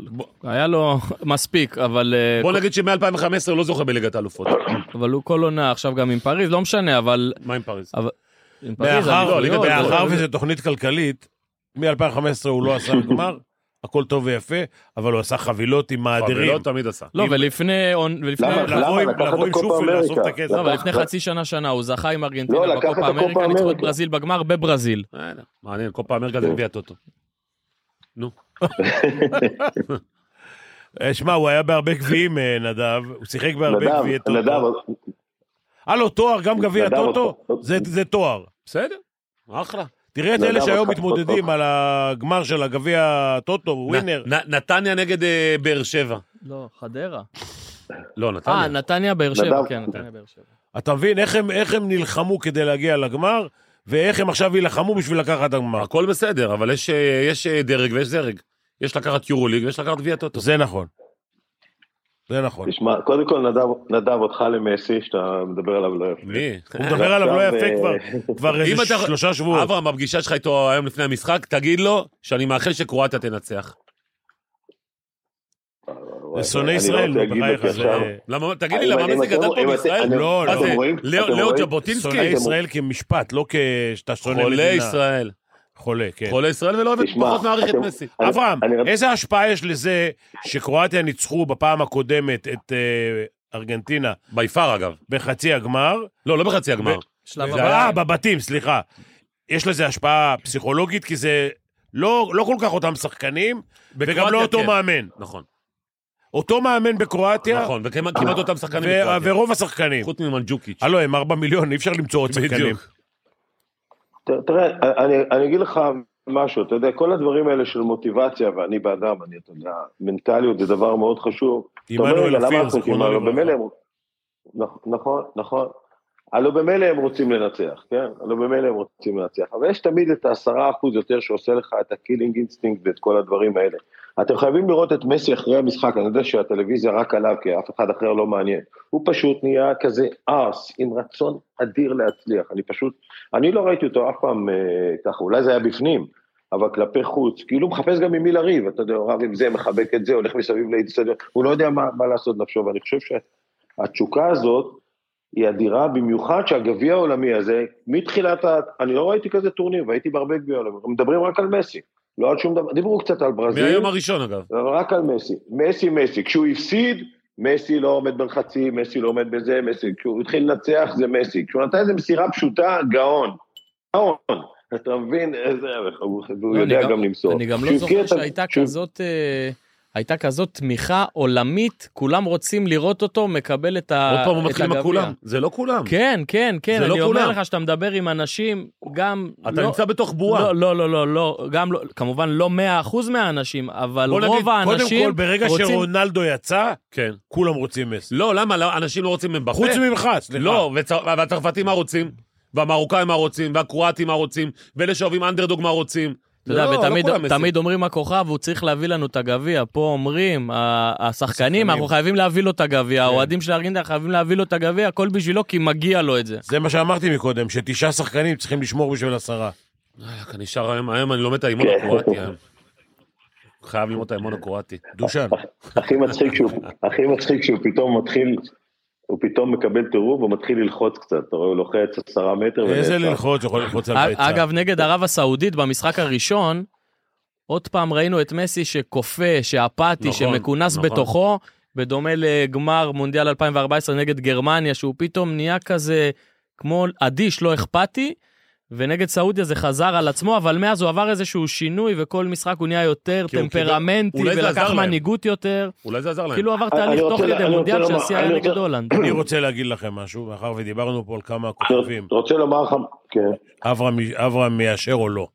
Speaker 5: היה לו מספיק, אבל אה,
Speaker 3: בוא נגיד שמ-2015 הוא לא זוכה בליגת האלופות.
Speaker 5: אבל הוא כל עונה עכשיו גם עם פריז, לא משנה, אבל...
Speaker 3: מה עם פריז?
Speaker 5: עם פריז,
Speaker 4: מאחר
Speaker 5: אני-
Speaker 3: לא, ליגת
Speaker 5: לא,
Speaker 3: האלופות.
Speaker 5: לא,
Speaker 4: מאחר וזו תוכנית כלכלית, מ-2015 הוא לא עשה גמר, הכל טוב ויפה, אבל הוא עשה חבילות עם
Speaker 3: לא
Speaker 4: מהדרים.
Speaker 3: תמיד עשה.
Speaker 5: לא, ולפני... און- ולפני-
Speaker 6: למה?
Speaker 5: לא,
Speaker 4: לבוא עם-
Speaker 6: לקחת
Speaker 4: לבוא עם
Speaker 6: את הקופה
Speaker 4: שופל, לעזוב את
Speaker 6: אמריקה.
Speaker 4: הכסף.
Speaker 5: לא, אבל
Speaker 6: לקח-
Speaker 5: לפני
Speaker 6: לקח-
Speaker 5: חצי שנה שנה הוא זכה עם
Speaker 6: לא,
Speaker 5: ארגנטינה
Speaker 6: לקח
Speaker 5: בקופה
Speaker 6: את הקופה
Speaker 5: אמריקה, ניצחו את
Speaker 6: אמריקה.
Speaker 5: ברזיל בגמר בברזיל.
Speaker 3: אה, מעניין, קופה אמריקה
Speaker 6: כן.
Speaker 3: זה גביע טוטו.
Speaker 4: אה, שמע, הוא היה בהרבה גביעים, אה, נדב, הוא שיחק בהרבה גביעי
Speaker 6: נדב, נדב,
Speaker 4: טוטו. הלו, תואר, גם גביע
Speaker 6: נדב,
Speaker 4: טוטו,
Speaker 6: אותו-
Speaker 4: זה- זה תואר.
Speaker 3: בסדר, אחלה.
Speaker 4: תראה את
Speaker 6: נדב,
Speaker 4: אלה שהיום
Speaker 6: אותך-
Speaker 4: מתמודדים
Speaker 6: אותך.
Speaker 4: על הגמר של הגביע טוטו, ווינר.
Speaker 3: נ- נ- נתניה נגד אה, באר שבע.
Speaker 5: לא, חדרה.
Speaker 3: לא,
Speaker 5: אה,
Speaker 3: נתניה.
Speaker 5: נתניה באר שבע,
Speaker 6: נדב.
Speaker 5: כן, נתניה באר שבע.
Speaker 4: אתה מבין איך הם, איך הם נלחמו כדי להגיע לגמר, ואיך הם עכשיו יילחמו בשביל לקחת את הגמר.
Speaker 3: הכל בסדר, אבל יש, אה, יש אה, דרג ויש דרג. יש לקחת יורו ליג ויש לקחת גביע טוטו.
Speaker 4: זה נכון. זה נכון.
Speaker 6: תשמע, קודם כל נדב- נדב אותך למסי שאתה מדבר עליו לא יפה.
Speaker 3: מי?
Speaker 4: הוא מדבר עליו לא
Speaker 6: ועכשיו,
Speaker 4: יפה
Speaker 6: אה,
Speaker 4: כבר, כבר
Speaker 3: אם
Speaker 4: איזה
Speaker 3: אתה-
Speaker 4: שלושה שבועות.
Speaker 3: אברהם, בפגישה שלך איתו היום לפני המשחק, תגיד לו שאני מאחל שקרואטיה תנצח.
Speaker 4: זה
Speaker 6: אני
Speaker 4: שונא
Speaker 6: לא
Speaker 4: ישראל,
Speaker 6: רוצה
Speaker 4: נו,
Speaker 6: להגיד
Speaker 4: בחייך.
Speaker 6: לך
Speaker 4: זה
Speaker 6: עכשיו.
Speaker 3: למה, תגיד לי,
Speaker 6: אם-
Speaker 3: למה
Speaker 6: אם
Speaker 3: מסי
Speaker 6: אתם-
Speaker 3: גדל פה
Speaker 6: אם אתם-
Speaker 3: בישראל?
Speaker 6: אני-
Speaker 4: לא,
Speaker 3: מה
Speaker 4: לא.
Speaker 3: זה,
Speaker 6: אתם רואים?
Speaker 3: לאו-
Speaker 6: אתם
Speaker 3: לאו
Speaker 4: שונא
Speaker 6: רואים?
Speaker 3: ז'בוטינסקי?
Speaker 4: ישראל כמשפט, לא כשאתה שונא מדינה.
Speaker 3: חולה ישראל.
Speaker 4: חולה, כן.
Speaker 3: חולה ישראל ולא אוהב
Speaker 6: תשמע,
Speaker 3: פחות מעריך את
Speaker 6: אתם-
Speaker 3: מסי.
Speaker 6: אני-
Speaker 4: אברהם,
Speaker 6: אני רצ-
Speaker 4: איזה השפעה יש לזה שקרואטיה ניצחו בפעם הקודמת את אה, ארגנטינה
Speaker 3: בי פאר אגב.
Speaker 4: בחצי הגמר,
Speaker 3: לא, לא בחצי הגמר.
Speaker 5: שלב
Speaker 3: זה
Speaker 5: הבא. לא,
Speaker 4: אה, בבתים, סליחה. יש לזה השפעה פסיכולוגית, כי זה לא, לא כל כך אותם שחקנים, וגם לא
Speaker 3: בקרואטיה,
Speaker 4: אותו
Speaker 3: כן.
Speaker 4: מאמן.
Speaker 3: נכון,
Speaker 4: אותו מאמן בקרואטיה,
Speaker 3: נכון, וכמעט כמעט אותם
Speaker 4: ו-
Speaker 3: שחקנים. בקרואטיה.
Speaker 4: ורוב השחקנים.
Speaker 3: חוץ ממנג'וקיץ'.
Speaker 4: הלו, הם ארבע מיליון, אי אפשר למצוא עוד שחקנים.
Speaker 3: בדיוק.
Speaker 6: ת- תראה, אני, אני אגיד לך משהו, אתה יודע, כל הדברים האלה של מוטיבציה, ואני באדם, אני, אתה יודע, מנטליות זה דבר מאוד חשוב. אתה אומר,
Speaker 4: עמנואל
Speaker 6: "רגע, למה
Speaker 4: אופיר,
Speaker 6: אנחנו
Speaker 4: זיכרונו
Speaker 6: הלוא
Speaker 4: לברכה."
Speaker 6: במילא הם... נכ- נכון, נכון. הלוא במילא הם רוצים לנצח, כן? הלוא במילא הם רוצים לנצח. אבל יש תמיד את העשרה אחוז יותר שעושה לך את הקילינג אינסטינקט ואת כל הדברים האלה. אתם חייבים לראות את מסי אחרי המשחק, אני יודע שהטלוויזיה רק עליו, כי אף אחד אחר לא מעניין. הוא פשוט נהיה כזה ארס, עם רצון אדיר להצליח. אני פשוט, אני לא ראיתי אותו אף פעם אה, ככה, אולי זה היה בפנים, אבל כלפי חוץ, כאילו הוא מחפש גם עם מי לריב, אתה יודע, הוא רב עם זה, מחבק את זה, הולך מסביב לאיצטדיון, הוא לא יודע מה, מה לעשות נפשו, ואני חושב שהתשוקה הזאת היא אדירה, במיוחד שהגביע העולמי הזה, מתחילת ה... אני לא ראיתי כזה טורניר, והייתי בהרבה גביע עולמי, מדברים רק על מסי, לא על שום דבר, דיברו קצת על ברזיל,
Speaker 3: מהיום הראשון אגב.
Speaker 6: אבל רק על מסי, מסי, מסי, כשהוא הפסיד, מסי לא עומד בלחצים, מסי לא עומד בזה, מסי, כשהוא התחיל לנצח זה מסי, כשהוא נתן איזה מסירה פשוטה, גאון, גאון, אתה מבין איזה, והוא והוא
Speaker 5: לא, אני
Speaker 6: יודע
Speaker 5: גם-
Speaker 6: גם למסור.
Speaker 5: אני גם לא
Speaker 6: כשהוא
Speaker 5: זוכר
Speaker 6: הבקיע את ה-
Speaker 5: שהייתה
Speaker 6: כשהוא-
Speaker 5: כזאת... אה, הייתה כזאת תמיכה עולמית, כולם רוצים לראות אותו, מקבל את ה-
Speaker 3: עוד פעם הוא
Speaker 5: את
Speaker 3: מתחיל עם
Speaker 5: הגביע.
Speaker 3: הכולם. זה לא כולם.
Speaker 5: <laughs> כן, כן, כן,
Speaker 3: זה לא
Speaker 5: אני אומר
Speaker 3: כולם.
Speaker 5: לך שאתה מדבר עם אנשים, גם...
Speaker 3: אתה
Speaker 5: לא-
Speaker 3: נמצא בתוך בועה.
Speaker 5: לא, לא, לא, לא, לא, גם לא, כמובן לא 100% מהאנשים, אבל
Speaker 3: בוא
Speaker 5: רוב
Speaker 3: נגיד,
Speaker 4: קודם
Speaker 5: האנשים
Speaker 4: כל, ברגע
Speaker 5: רוצים...
Speaker 4: שרונלדו יצא,
Speaker 3: כן.
Speaker 4: כולם רוצים מסי.
Speaker 3: לא, למה? לא, אנשים לא רוצים מבפה.
Speaker 4: חוץ ממך, סליחה.
Speaker 3: לא, וצר- והצרפתים מה רוצים? והמרוקאים מה רוצים? והקרואטים מה רוצים? ואלה שאוהבים אנדרדוג מה רוצים?
Speaker 5: אתה יודע,
Speaker 3: לא, לא
Speaker 5: ותמיד
Speaker 3: כולם מסי.
Speaker 5: תמיד אומרים הכוכב, הוא צריך להביא לנו את הגביע. פה אומרים, ה- השחקנים, אנחנו חייבים להביא לו את הגביע,
Speaker 3: כן.
Speaker 5: האוהדים של ארגנדה חייבים להביא לו את הגביע, הכל בשבילו, כי מגיע לו את זה.
Speaker 4: זה מה שאמרתי מקודם, שתשעה שחקנים צריכים לשמור בשביל עשרה.
Speaker 3: יאללה, אני שר היום, היום אני לומד את האימון
Speaker 6: כן.
Speaker 3: הקרואטי היום. חייב ללמוד את האימון הקרואטי.
Speaker 4: דושן.
Speaker 6: הכי מצחיק שהוא, הכי מצחיק שהוא פתאום מתחיל, הוא פתאום מקבל טירוף, הוא מתחיל ללחוץ קצת, אתה רואה, הוא לוחץ עשרה מטר.
Speaker 4: איזה
Speaker 6: ונעצר.
Speaker 4: ללחוץ, יכול ללחוץ על ביצה.
Speaker 5: אגב, נגד ערב הסעודית במשחק הראשון, עוד פעם ראינו את מסי שכופה, שאפאתי,
Speaker 3: נכון,
Speaker 5: שמכונס
Speaker 3: נכון.
Speaker 5: בתוכו, בדומה לגמר מונדיאל 2014 נגד גרמניה, שהוא פתאום נהיה כזה כמו אדיש, לא אכפתי, ונגד סעודיה זה חזר על עצמו, אבל מאז הוא עבר איזשהו שינוי, וכל משחק הוא נהיה יותר
Speaker 3: כי הוא
Speaker 5: טמפרמנטי,
Speaker 3: קיבל- אולי זה
Speaker 5: ולקח
Speaker 3: עזר להם. כן.
Speaker 5: מנהיגות יותר,
Speaker 3: אולי זה עזר להם.
Speaker 5: כאילו הוא עבר
Speaker 6: אני
Speaker 5: תהליך
Speaker 6: רוצה
Speaker 5: תוך
Speaker 6: לה-
Speaker 5: כדי
Speaker 6: אני רוצה
Speaker 5: מונדיאל
Speaker 6: לומר-
Speaker 5: שהשיא היה
Speaker 6: אני
Speaker 5: נגד
Speaker 6: רוצה- <coughs>
Speaker 5: הולנד.
Speaker 4: אני רוצה להגיד לכם משהו, מאחר ודיברנו פה על כמה
Speaker 6: אני
Speaker 4: כוכבים.
Speaker 6: רוצה לומר לך, כן,
Speaker 4: אברהם, אברהם מאשר או לא.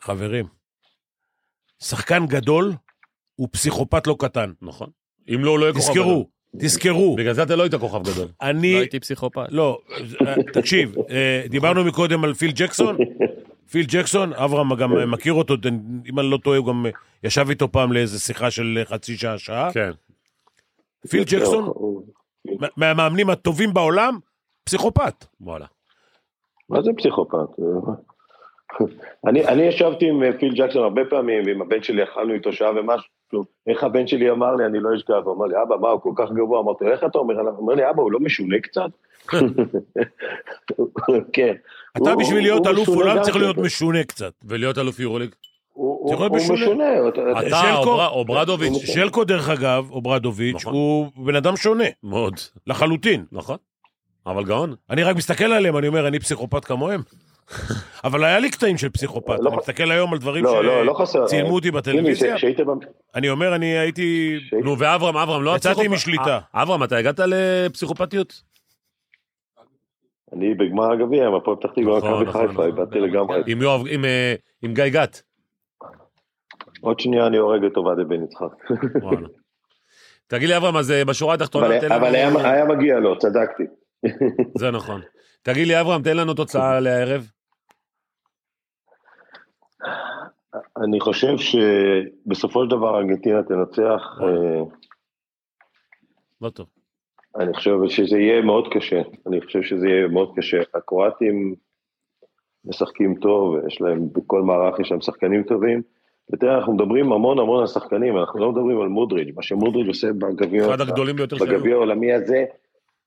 Speaker 4: חברים, שחקן גדול הוא פסיכופת לא קטן.
Speaker 3: נכון. אם לא, הוא לא יהיה כוכב גדול.
Speaker 4: תזכרו, תזכרו.
Speaker 3: בגלל זה אתה לא היית כוכב גדול.
Speaker 5: לא
Speaker 4: אני...
Speaker 5: הייתי פסיכופת.
Speaker 4: לא, אה, תקשיב, אה, דיברנו מקודם על פיל
Speaker 3: <laughs>
Speaker 4: ג'קסון. פיל ג'קסון, אברהם גם
Speaker 3: כן.
Speaker 4: אה, מכיר אותו, אם אני לא טועה, הוא גם אה, ישב איתו פעם לאיזה שיחה של אה, חצי שעה, שעה.
Speaker 3: כן. לא.
Speaker 4: פיל ג'קסון
Speaker 6: הוא-
Speaker 4: מה- מהמאמנים הטובים בעולם, פסיכופת.
Speaker 3: וואלה.
Speaker 6: מה זה פסיכופת? אני, אני ישבתי עם אה, פיל ג'קסון הרבה פעמים, ועם הבן שלי אכלנו איתו שעה ומשהו, איך הבן שלי אמר לי, אני לא אשכח, הוא אמר לי, אבא, מה, הוא כל כך גבוה? אמרתי לו, איך אתה אומר עליו? הוא אומר לי, אבא, הוא לא משונה קצת? כן.
Speaker 4: אתה
Speaker 6: הוא-
Speaker 4: בשביל
Speaker 6: הוא-
Speaker 4: להיות
Speaker 6: הוא
Speaker 4: אלוף
Speaker 6: משונה
Speaker 4: עולם
Speaker 6: גם
Speaker 4: צריך
Speaker 6: כן. אה,
Speaker 4: להיות משונה קצת.
Speaker 3: ולהיות אלוף יורוליג.
Speaker 6: הוא הוא-
Speaker 4: צריך להיות
Speaker 6: הוא
Speaker 4: משונה.
Speaker 6: משונה. אתה- אתה-
Speaker 3: אתה,
Speaker 4: שלקו.
Speaker 3: אוברה- אוברדוביץ'.
Speaker 6: הוא-
Speaker 4: שלקו דרך אגב, אוברדוביץ',
Speaker 3: נכון.
Speaker 4: הוא בן אדם שונה,
Speaker 3: מאוד.
Speaker 4: לחלוטין.
Speaker 3: נכון. אבל גאון.
Speaker 4: אני רק מסתכל עליהם, אני אומר, אני פסיכופת
Speaker 6: <laughs>
Speaker 4: כמוהם. אבל היה לי קטעים של פסיכופת,
Speaker 6: לא
Speaker 4: אני
Speaker 6: ח-
Speaker 4: מסתכל היום על דברים
Speaker 6: לא, לא, לא חסר.
Speaker 4: שצילמו אותי
Speaker 6: טיבי,
Speaker 4: בטלוויזיה,
Speaker 6: ש- שהייתם ב-
Speaker 4: אני אומר, אני הייתי...
Speaker 6: שהי-
Speaker 3: נו, ואברהם, אברהם, לא
Speaker 4: יצאתי
Speaker 3: הפסיכופ-
Speaker 4: משליטה.
Speaker 3: אה, אברהם, אתה הגעת
Speaker 6: <laughs>
Speaker 3: לפסיכופתיות?
Speaker 6: אני בגמר הגביע עם הפועל פתח תקווה,
Speaker 3: נכון,
Speaker 6: מכבי
Speaker 3: נכון,
Speaker 6: חיפה,
Speaker 3: נכון.
Speaker 6: איבדתי לגמרי.
Speaker 3: עם יואב, עם, אה, עם גיא
Speaker 6: <laughs>
Speaker 3: גת.
Speaker 6: עוד שנייה אני הורג את עובדיה בן יצחק.
Speaker 3: וואלה. תגיד לי, אברהם, אז אה, בשורה התחתונה,
Speaker 6: אבל-
Speaker 3: תן לנו-
Speaker 6: אבל היה- היה מגיע לו, צדקתי.
Speaker 3: זה נכון. תגיד לי, אברהם, תן לנו
Speaker 6: <laughs>
Speaker 3: תוצאה לערב.
Speaker 6: אני חושב שבסופו של דבר ארגנטינה תנצח. אה,
Speaker 3: לא טוב.
Speaker 6: אני חושב שזה יהיה מאוד קשה. אני חושב שזה יהיה מאוד קשה. הקרואטים משחקים טוב, יש להם, בכל מערך יש להם שחקנים טובים. ותראה, אנחנו מדברים המון המון על שחקנים, אנחנו לא מדברים על מודריץ', מה שמודריץ' עושה בגביע.
Speaker 3: אחד הגדולים ביותר
Speaker 6: לא, בגביע העולמי הזה,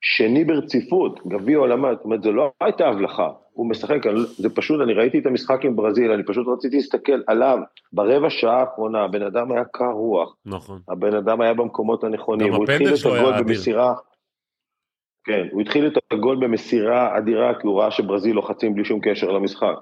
Speaker 6: שני ברציפות, גביע עולמי, זאת אומרת, זו לא הייתה הבלחה, הוא משחק, אני לא- זה פשוט, אני ראיתי את המשחק עם ברזיל, אני פשוט רציתי להסתכל עליו, ברבע שעה האחרונה, הבן אדם היה קר רוח,
Speaker 3: נכון.
Speaker 6: הבן אדם היה במקומות הנכונים,
Speaker 3: גם
Speaker 6: הוא התחיל
Speaker 3: הפנדל
Speaker 6: את
Speaker 3: שלו היה
Speaker 6: הגול
Speaker 3: אדיר.
Speaker 6: במסירה, כן, הוא התחיל את הגול במסירה אדירה, כי הוא ראה שברזיל לוחצים בלי שום קשר למשחק.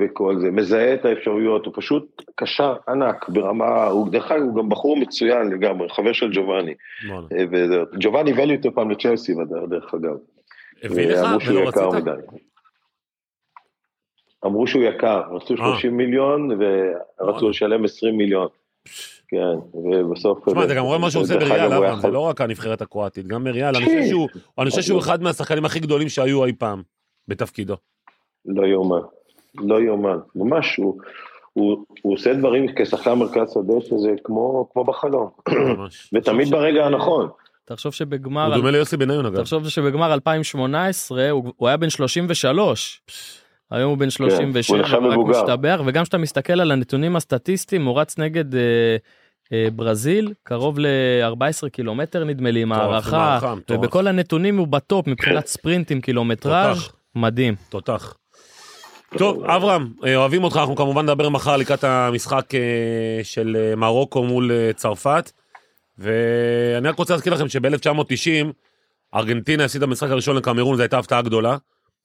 Speaker 6: וכל זה, מזהה את האפשרויות, הוא פשוט קשר ענק ברמה, הוא דרך אגב הוא גם בחור מצוין לגמרי, חבר של ג'ובאני.
Speaker 3: וואלה.
Speaker 6: וזהו. ג'ובאני הביא לי אותו פעם לצ'לסי, בד- דרך אגב.
Speaker 3: הביא לך
Speaker 6: אמרו שהוא
Speaker 3: ולא
Speaker 6: יקר
Speaker 3: רצית?
Speaker 6: מדי. אמרו שהוא יקר, רצו
Speaker 3: אה.
Speaker 6: 30 מיליון ורצו
Speaker 3: וואלה.
Speaker 6: לשלם 20 מיליון. כן, ובסוף...
Speaker 3: תשמע, אתה גם רואה מה שהוא עושה
Speaker 6: דרך אגב,
Speaker 3: בריאל,
Speaker 6: הוא היה
Speaker 3: אברהם, זה
Speaker 6: חו-
Speaker 3: לא רק הנבחרת הקרואטית, גם בריאל, אני חושב
Speaker 6: כן.
Speaker 3: שהוא- אני חושב שהוא אחד מהשחקנים הכי גדולים שהיו אי פעם בתפקידו.
Speaker 6: <clears throat> לא יאומן, לא יאומן, ממש, הוא, הוא, הוא עושה דברים כשחקן מרכז שדה שזה כמו, כמו בחלום,
Speaker 3: ממש.
Speaker 6: ותמיד ברגע הנכון.
Speaker 5: תחשוב
Speaker 3: הוא
Speaker 5: שבגמר
Speaker 3: דומה ליוסי בניון, אגב.
Speaker 5: תחשוב שבגמר 2018 הוא הוא היה בן 33. היום הוא בן 37,
Speaker 6: הוא נחשב
Speaker 5: הוא רק
Speaker 6: מבוגר.
Speaker 5: משתבח, וגם כשאתה מסתכל על הנתונים הסטטיסטיים, הוא רץ נגד אה, אה, ברזיל, קרוב ל-14 קילומטר נדמה לי, עם
Speaker 3: מטורף, עם
Speaker 5: הערכה,
Speaker 3: הערכה, מטורף.
Speaker 5: ובכל הנתונים הוא בטופ מבחינת ספרינטים, קילומטראז',
Speaker 3: תותח.
Speaker 5: מדהים.
Speaker 3: תותח. טוב, אברהם, אה, אוהבים אותך, אנחנו כמובן נדבר מחר לקראת המשחק אה, של אה, מרוקו מול אה, צרפת. ואני רק רוצה להזכיר לכם שב-1990, ארגנטינה הפסידה במשחק הראשון לקמרון, זו הייתה הפתעה גדולה.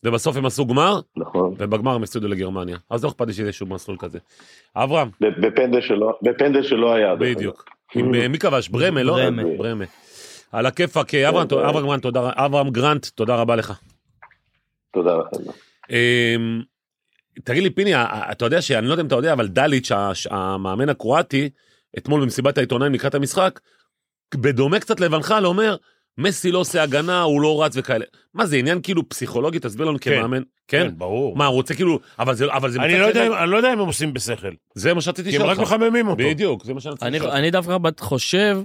Speaker 3: ובסוף הם עשו גמר,
Speaker 6: נכון.
Speaker 3: ובגמר הם הפסידו לגרמניה. אז לא אכפת לי שיהיה איזשהו מסלול כזה. אברהם,
Speaker 6: בפנדל שלא, בפנדל שלא היה. דרך אגב.
Speaker 3: בדיוק. עם, אה, מי כבש? ברמה, לא?
Speaker 5: ברמה.
Speaker 3: ברמה. על הכיפאק, אה, אברהם, תודה- אברהם גרנט, תודה- אברהם גרנט, תודה רבה לך.
Speaker 6: תודה לכם.
Speaker 3: אמ, תגיד לי פיני, ה- ה- אתה יודע שאני לא יודע אם אתה יודע, אבל דליץ', ה- ש- המאמן הקרואטי, אתמול במסיבת העיתונאים לקראת המשחק, בדומה קצת לבנחל אומר, מסי לא עושה הגנה, הוא לא רץ וכאלה. מה זה עניין כאילו פסיכולוגי, תסביר לנו
Speaker 4: כן.
Speaker 3: כמאמן. כן?
Speaker 4: ברור.
Speaker 3: מה, הוא רוצה כאילו, אבל זה... אבל זה
Speaker 4: אני
Speaker 3: מצד
Speaker 4: לא יודע
Speaker 3: שני-
Speaker 4: אם- אני לא יודע אם הם עושים בשכל,
Speaker 3: זה מה שרציתי
Speaker 4: כי הם
Speaker 3: לשאול
Speaker 4: רק
Speaker 3: אותך.
Speaker 4: מחממים אותו.
Speaker 3: בדיוק, זה מה שאני רציתי
Speaker 5: אני,
Speaker 3: לשאול.
Speaker 5: אני דווקא בת- חושב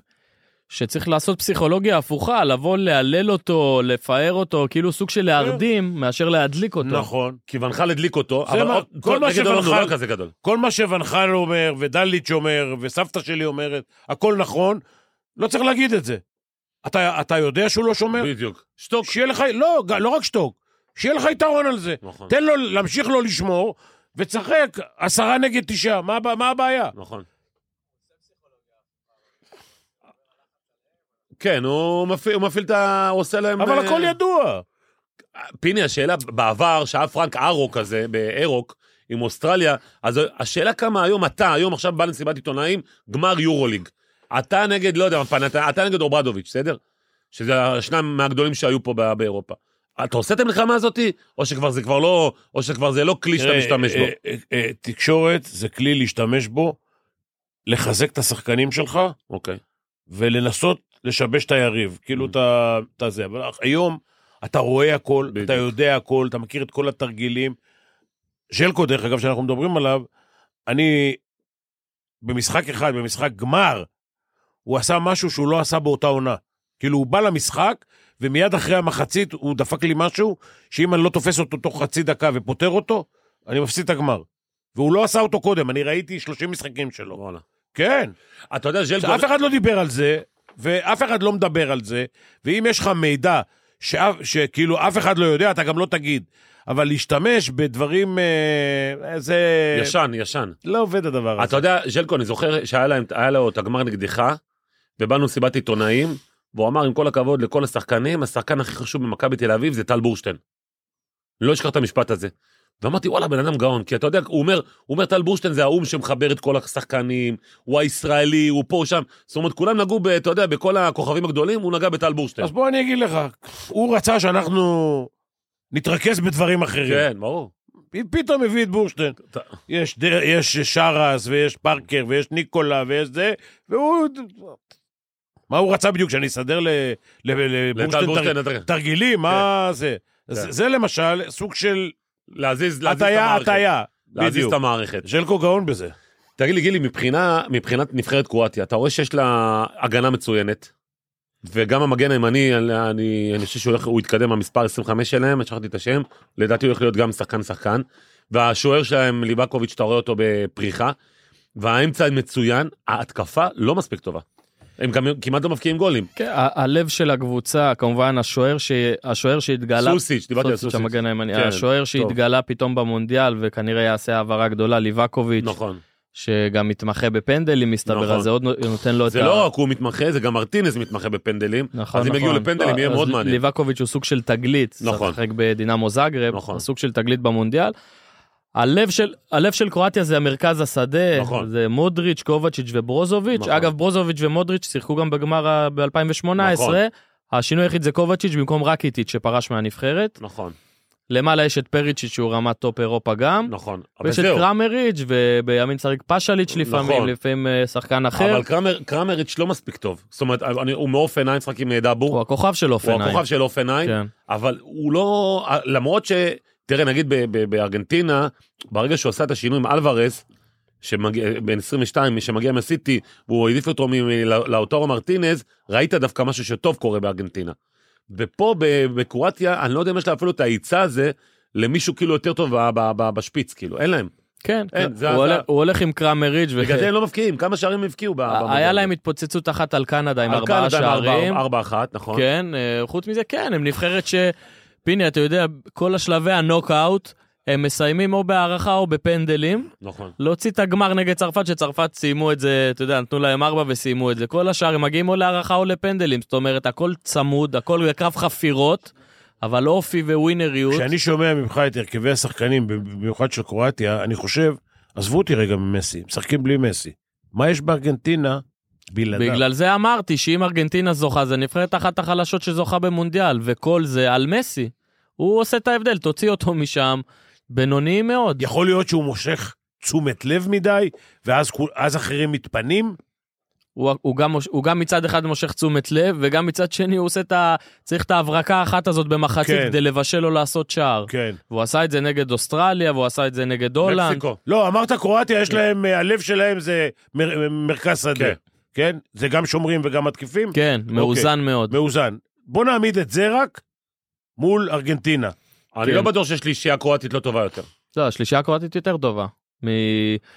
Speaker 5: שצריך לעשות פסיכולוגיה הפוכה, לבוא להלל אותו, לפאר אותו, כאילו סוג של להרדים, מאשר להדליק אותו.
Speaker 4: נכון.
Speaker 3: כי ונחל הדליק אותו,
Speaker 4: זה מה-
Speaker 3: אבל
Speaker 4: כל מה
Speaker 3: הוא לא
Speaker 4: שוונחל-
Speaker 3: כזה גדול.
Speaker 4: כל מה שוונחל אומר, ודליץ' אומר, וסבתא שלי אומרת, הכל נכון, לא צריך להגיד את זה. אתה, אתה יודע שהוא לא שומר?
Speaker 3: בדיוק. שתוק.
Speaker 4: שיהיה לך, לא, ג- לא רק שתוק, שיהיה לך יתרון על זה.
Speaker 3: נכון,
Speaker 4: תן לו להמשיך לא לשמור, ותשחק עשרה נגד תשעה, מה, הבע- מה הבעיה?
Speaker 3: נכון. כן, הוא מפעיל, הוא מפעיל את ה... הוא עושה להם...
Speaker 4: אבל
Speaker 3: אה,
Speaker 4: הכל ידוע.
Speaker 3: פיני, השאלה, בעבר, שהיה פרנק ארו כזה, באירוק, עם אוסטרליה, אז השאלה כמה היום אתה, היום עכשיו בא למסיבת עיתונאים, גמר יורוליג. אתה נגד, לא יודע מה פן, אתה, אתה נגד אוברדוביץ', בסדר? שזה השניים מהגדולים שהיו פה בא- באירופה. אתה עושה את המלחמה הזאתי, או שכבר זה כבר לא, או שכבר זה לא כלי שאתה
Speaker 4: תראה,
Speaker 3: משתמש בו?
Speaker 4: אה, אה, אה, תקשורת זה כלי להשתמש בו, לחזק את השחקנים שלך,
Speaker 3: אוקיי. Mm-hmm.
Speaker 4: ולנסות לשבש את היריב, כאילו אתה, אתה זה, אבל היום אתה רואה הכל,
Speaker 3: בדיוק.
Speaker 4: אתה יודע הכל, אתה מכיר את כל התרגילים. ז'לקו, דרך אגב, שאנחנו מדברים עליו, אני במשחק אחד, במשחק גמר, הוא עשה משהו שהוא לא עשה באותה עונה. כאילו, הוא בא למשחק ומיד אחרי המחצית הוא דפק לי משהו, שאם אני לא תופס אותו תוך חצי דקה ופותר אותו, אני מפסיד את הגמר. והוא לא עשה אותו קודם, אני ראיתי 30 משחקים שלו. וואלה. כן.
Speaker 3: אתה יודע, ז'לגו...
Speaker 4: אף אחד לא דיבר על זה, ואף אחד לא מדבר על זה, ואם יש לך מידע שאף, שכאילו אף אחד לא יודע, אתה גם לא תגיד. אבל להשתמש בדברים, אה, זה...
Speaker 3: ישן, ישן.
Speaker 4: לא עובד הדבר
Speaker 3: אתה
Speaker 4: הזה.
Speaker 3: יודע, ז'לקו, אני זוכר שהיה להם, היה לו את הגמר נגדך, ובאנו מסיבת עיתונאים, והוא אמר, עם כל הכבוד לכל השחקנים, השחקן הכי חשוב במכבי תל אביב זה טל בורשטיין. לא אשכח את המשפט הזה. ואמרתי, וואלה, בן אדם גאון, כי אתה יודע, הוא אומר, הוא אומר, טל בורשטיין זה האו"ם שמחבר את כל השחקנים, הוא הישראלי, הוא פה, שם. זאת אומרת, כולם נגעו, ב, אתה יודע, בכל הכוכבים הגדולים, הוא נגע בטל בורשטיין.
Speaker 4: אז בוא אני אגיד לך, הוא רצה שאנחנו נתרכז בדברים אחרים.
Speaker 3: כן, ברור.
Speaker 4: פ- פתאום הביא את בורשטיין.
Speaker 3: אתה-
Speaker 4: יש, דר- יש שרס, ויש פארקר, ויש ניקולה, ויש זה, והוא... מה הוא רצה בדיוק, שאני אסדר ל- ל-
Speaker 3: לטל כן.
Speaker 4: לבורשטיין תר-
Speaker 3: בורשטיין, אתה-
Speaker 4: תרגילים? מה זה? זה זה למשל סוג של
Speaker 3: להזיז, להזיז את
Speaker 4: הטעיה,
Speaker 3: המערכת.
Speaker 4: הטעיה.
Speaker 3: להזיז את
Speaker 4: בדיוק.
Speaker 3: המערכת.
Speaker 4: ז'לקו גאון בזה.
Speaker 3: תגיד לי, גילי, מבחינה, מבחינת נבחרת קרואטיה, אתה רואה שיש לה הגנה מצוינת, וגם המגן הימני, אני, אני, אני חושב שהוא הולך- הוא יתקדם למספר 25 שלהם, אני שכחתי את השם, לדעתי הוא הולך להיות גם שחקן-שחקן, והשוער שלהם, ליבקוביץ', אתה רואה אותו בפריחה, והאמצע מצוין, ההתקפה לא מספיק טובה. הם גם כמעט לא מבקיעים גולים.
Speaker 5: כן, ה- הלב של הקבוצה, כמובן, השוער ש- השוער שהתגלה...
Speaker 3: סוסיץ', דיברתי על
Speaker 5: סוסיץ',
Speaker 3: סוסיץ'.
Speaker 5: המגן הימני.
Speaker 3: כן,
Speaker 5: השוער
Speaker 3: טוב.
Speaker 5: שהתגלה פתאום במונדיאל, וכנראה יעשה העברה גדולה, ליבקוביץ',
Speaker 3: נכון.
Speaker 5: שגם מתמחה בפנדלים, מסתבר,
Speaker 3: נכון.
Speaker 5: אז זה עוד נותן לו את
Speaker 3: זה לא רק הוא מתמחה, זה גם מרטינז מתמחה בפנדלים.
Speaker 5: נכון,
Speaker 3: אז אם
Speaker 5: נכון.
Speaker 3: יגיעו לפנדלים, יהיה
Speaker 5: אז
Speaker 3: מאוד מעניין.
Speaker 5: ליבקוביץ' הוא סוג של תגלית,
Speaker 3: נכון.
Speaker 5: נכון, שחק בדינמו זאגרב,
Speaker 3: נכון.
Speaker 5: נכון, סוג של תגלית במונדיאל. הלב של, הלב של קרואטיה זה המרכז השדה,
Speaker 3: נכון.
Speaker 5: זה מודריץ', קובצ'יץ' וברוזוביץ',
Speaker 3: נכון.
Speaker 5: אגב ברוזוביץ' ומודריץ' שיחקו גם בגמר ב-2018,
Speaker 3: נכון.
Speaker 5: השינוי היחיד זה קובצ'יץ' במקום רקיטיץ' שפרש מהנבחרת,
Speaker 3: נכון,
Speaker 5: למעלה יש את פריצ'יץ' שהוא רמת טופ אירופה גם,
Speaker 3: נכון. אבל
Speaker 5: ויש את
Speaker 3: זהו.
Speaker 5: קרמריץ' ובימין צריך פשליץ' לפעמים,
Speaker 3: נכון.
Speaker 5: לפעמים אה, שחקן אחר,
Speaker 3: אבל קרמר, קרמריץ' לא מספיק טוב. זאת אומרת, אני, הוא מאופנהיים משחק עם אה, דאבור,
Speaker 5: הוא הכוכב של
Speaker 3: הוא
Speaker 5: אופנהיים.
Speaker 3: הכוכב של אופנהיים,
Speaker 5: כן.
Speaker 3: אבל הוא לא... למרות ש... תראה, נגיד ב- ב- בארגנטינה, ברגע שהוא עשה את השינוי עם אלוורס, שמגיע- בן 22, שמגיע מסיטי, והוא העדיף אותו מלאוטורו מרטינז, ראית דווקא משהו שטוב קורה בארגנטינה. ופה ב- בקרואטיה, אני לא יודע אם יש לה אפילו את ההיצע הזה למישהו כאילו יותר טוב ב- ב- ב- בשפיץ, כאילו, אין להם.
Speaker 5: כן,
Speaker 3: אין, זה- זה-
Speaker 5: הוא הולך- הוא הולך עם קרמריץ'
Speaker 3: בגלל
Speaker 5: וכן.
Speaker 3: זה הם לא מבקיעים, כמה שערים הם הבקיעו. ב-
Speaker 4: אה,
Speaker 3: במונדיאל.
Speaker 5: היה להם התפוצצות אחת על קנדה
Speaker 4: כן,
Speaker 5: עם
Speaker 3: על
Speaker 5: ארבעה
Speaker 3: קנדה עם
Speaker 5: שערים.
Speaker 3: ארבע- ארבע אחת, נכון.
Speaker 5: כן, אה, חוץ מזה, כן, הם נבחרת ש... פיני, אתה יודע, כל השלבי הנוקאוט, הם מסיימים או בהערכה או בפנדלים.
Speaker 3: נכון.
Speaker 5: להוציא את הגמר נגד צרפת, שצרפת סיימו את זה, אתה יודע, נתנו להם ארבע וסיימו את זה. כל השאר הם מגיעים או להערכה או לפנדלים. זאת אומרת, הכל צמוד, הכל בקרב חפירות, אבל אופי וווינריות.
Speaker 4: כשאני שומע ממך את הרכבי השחקנים, במיוחד של קרואטיה, אני חושב, עזבו אותי רגע ממסי, משחקים בלי מסי. מה יש בארגנטינה בלעדיו?
Speaker 5: בגלל זה אמרתי שאם ארגנטינה זוכה, זה נבחרת אחת החלשות שזוכה במונדיאל, וכל זה על מסי. הוא עושה את ההבדל, תוציא אותו משם, בינוני מאוד.
Speaker 4: יכול להיות שהוא מושך תשומת לב מדי, ואז כול- אז אחרים מתפנים?
Speaker 5: הוא, הוא, גם, מוש- הוא גם מצד אחד מושך תשומת לב, וגם מצד שני הוא עושה את ה... צריך את ההברקה האחת הזאת במחצית
Speaker 4: כן.
Speaker 5: כדי לבשל או לעשות שער.
Speaker 4: כן.
Speaker 5: והוא עשה את זה נגד אוסטרליה, והוא עשה את זה נגד הולנד. כן.
Speaker 3: מקסיקו.
Speaker 4: לא, אמרת קרואטיה, יש להם, אה, הלב שלהם זה מר- אה, מרכז שדה.
Speaker 3: כן.
Speaker 4: כן? זה גם שומרים וגם מתקיפים?
Speaker 5: כן, מאוזן מאוד.
Speaker 4: מאוזן. בוא נעמיד את זה רק מול ארגנטינה.
Speaker 3: אני
Speaker 5: כן.
Speaker 3: לא בטוח שיש לי אישייה קרואטית לא טובה יותר.
Speaker 5: לא, השלישייה הקרואטית יותר טובה. מ...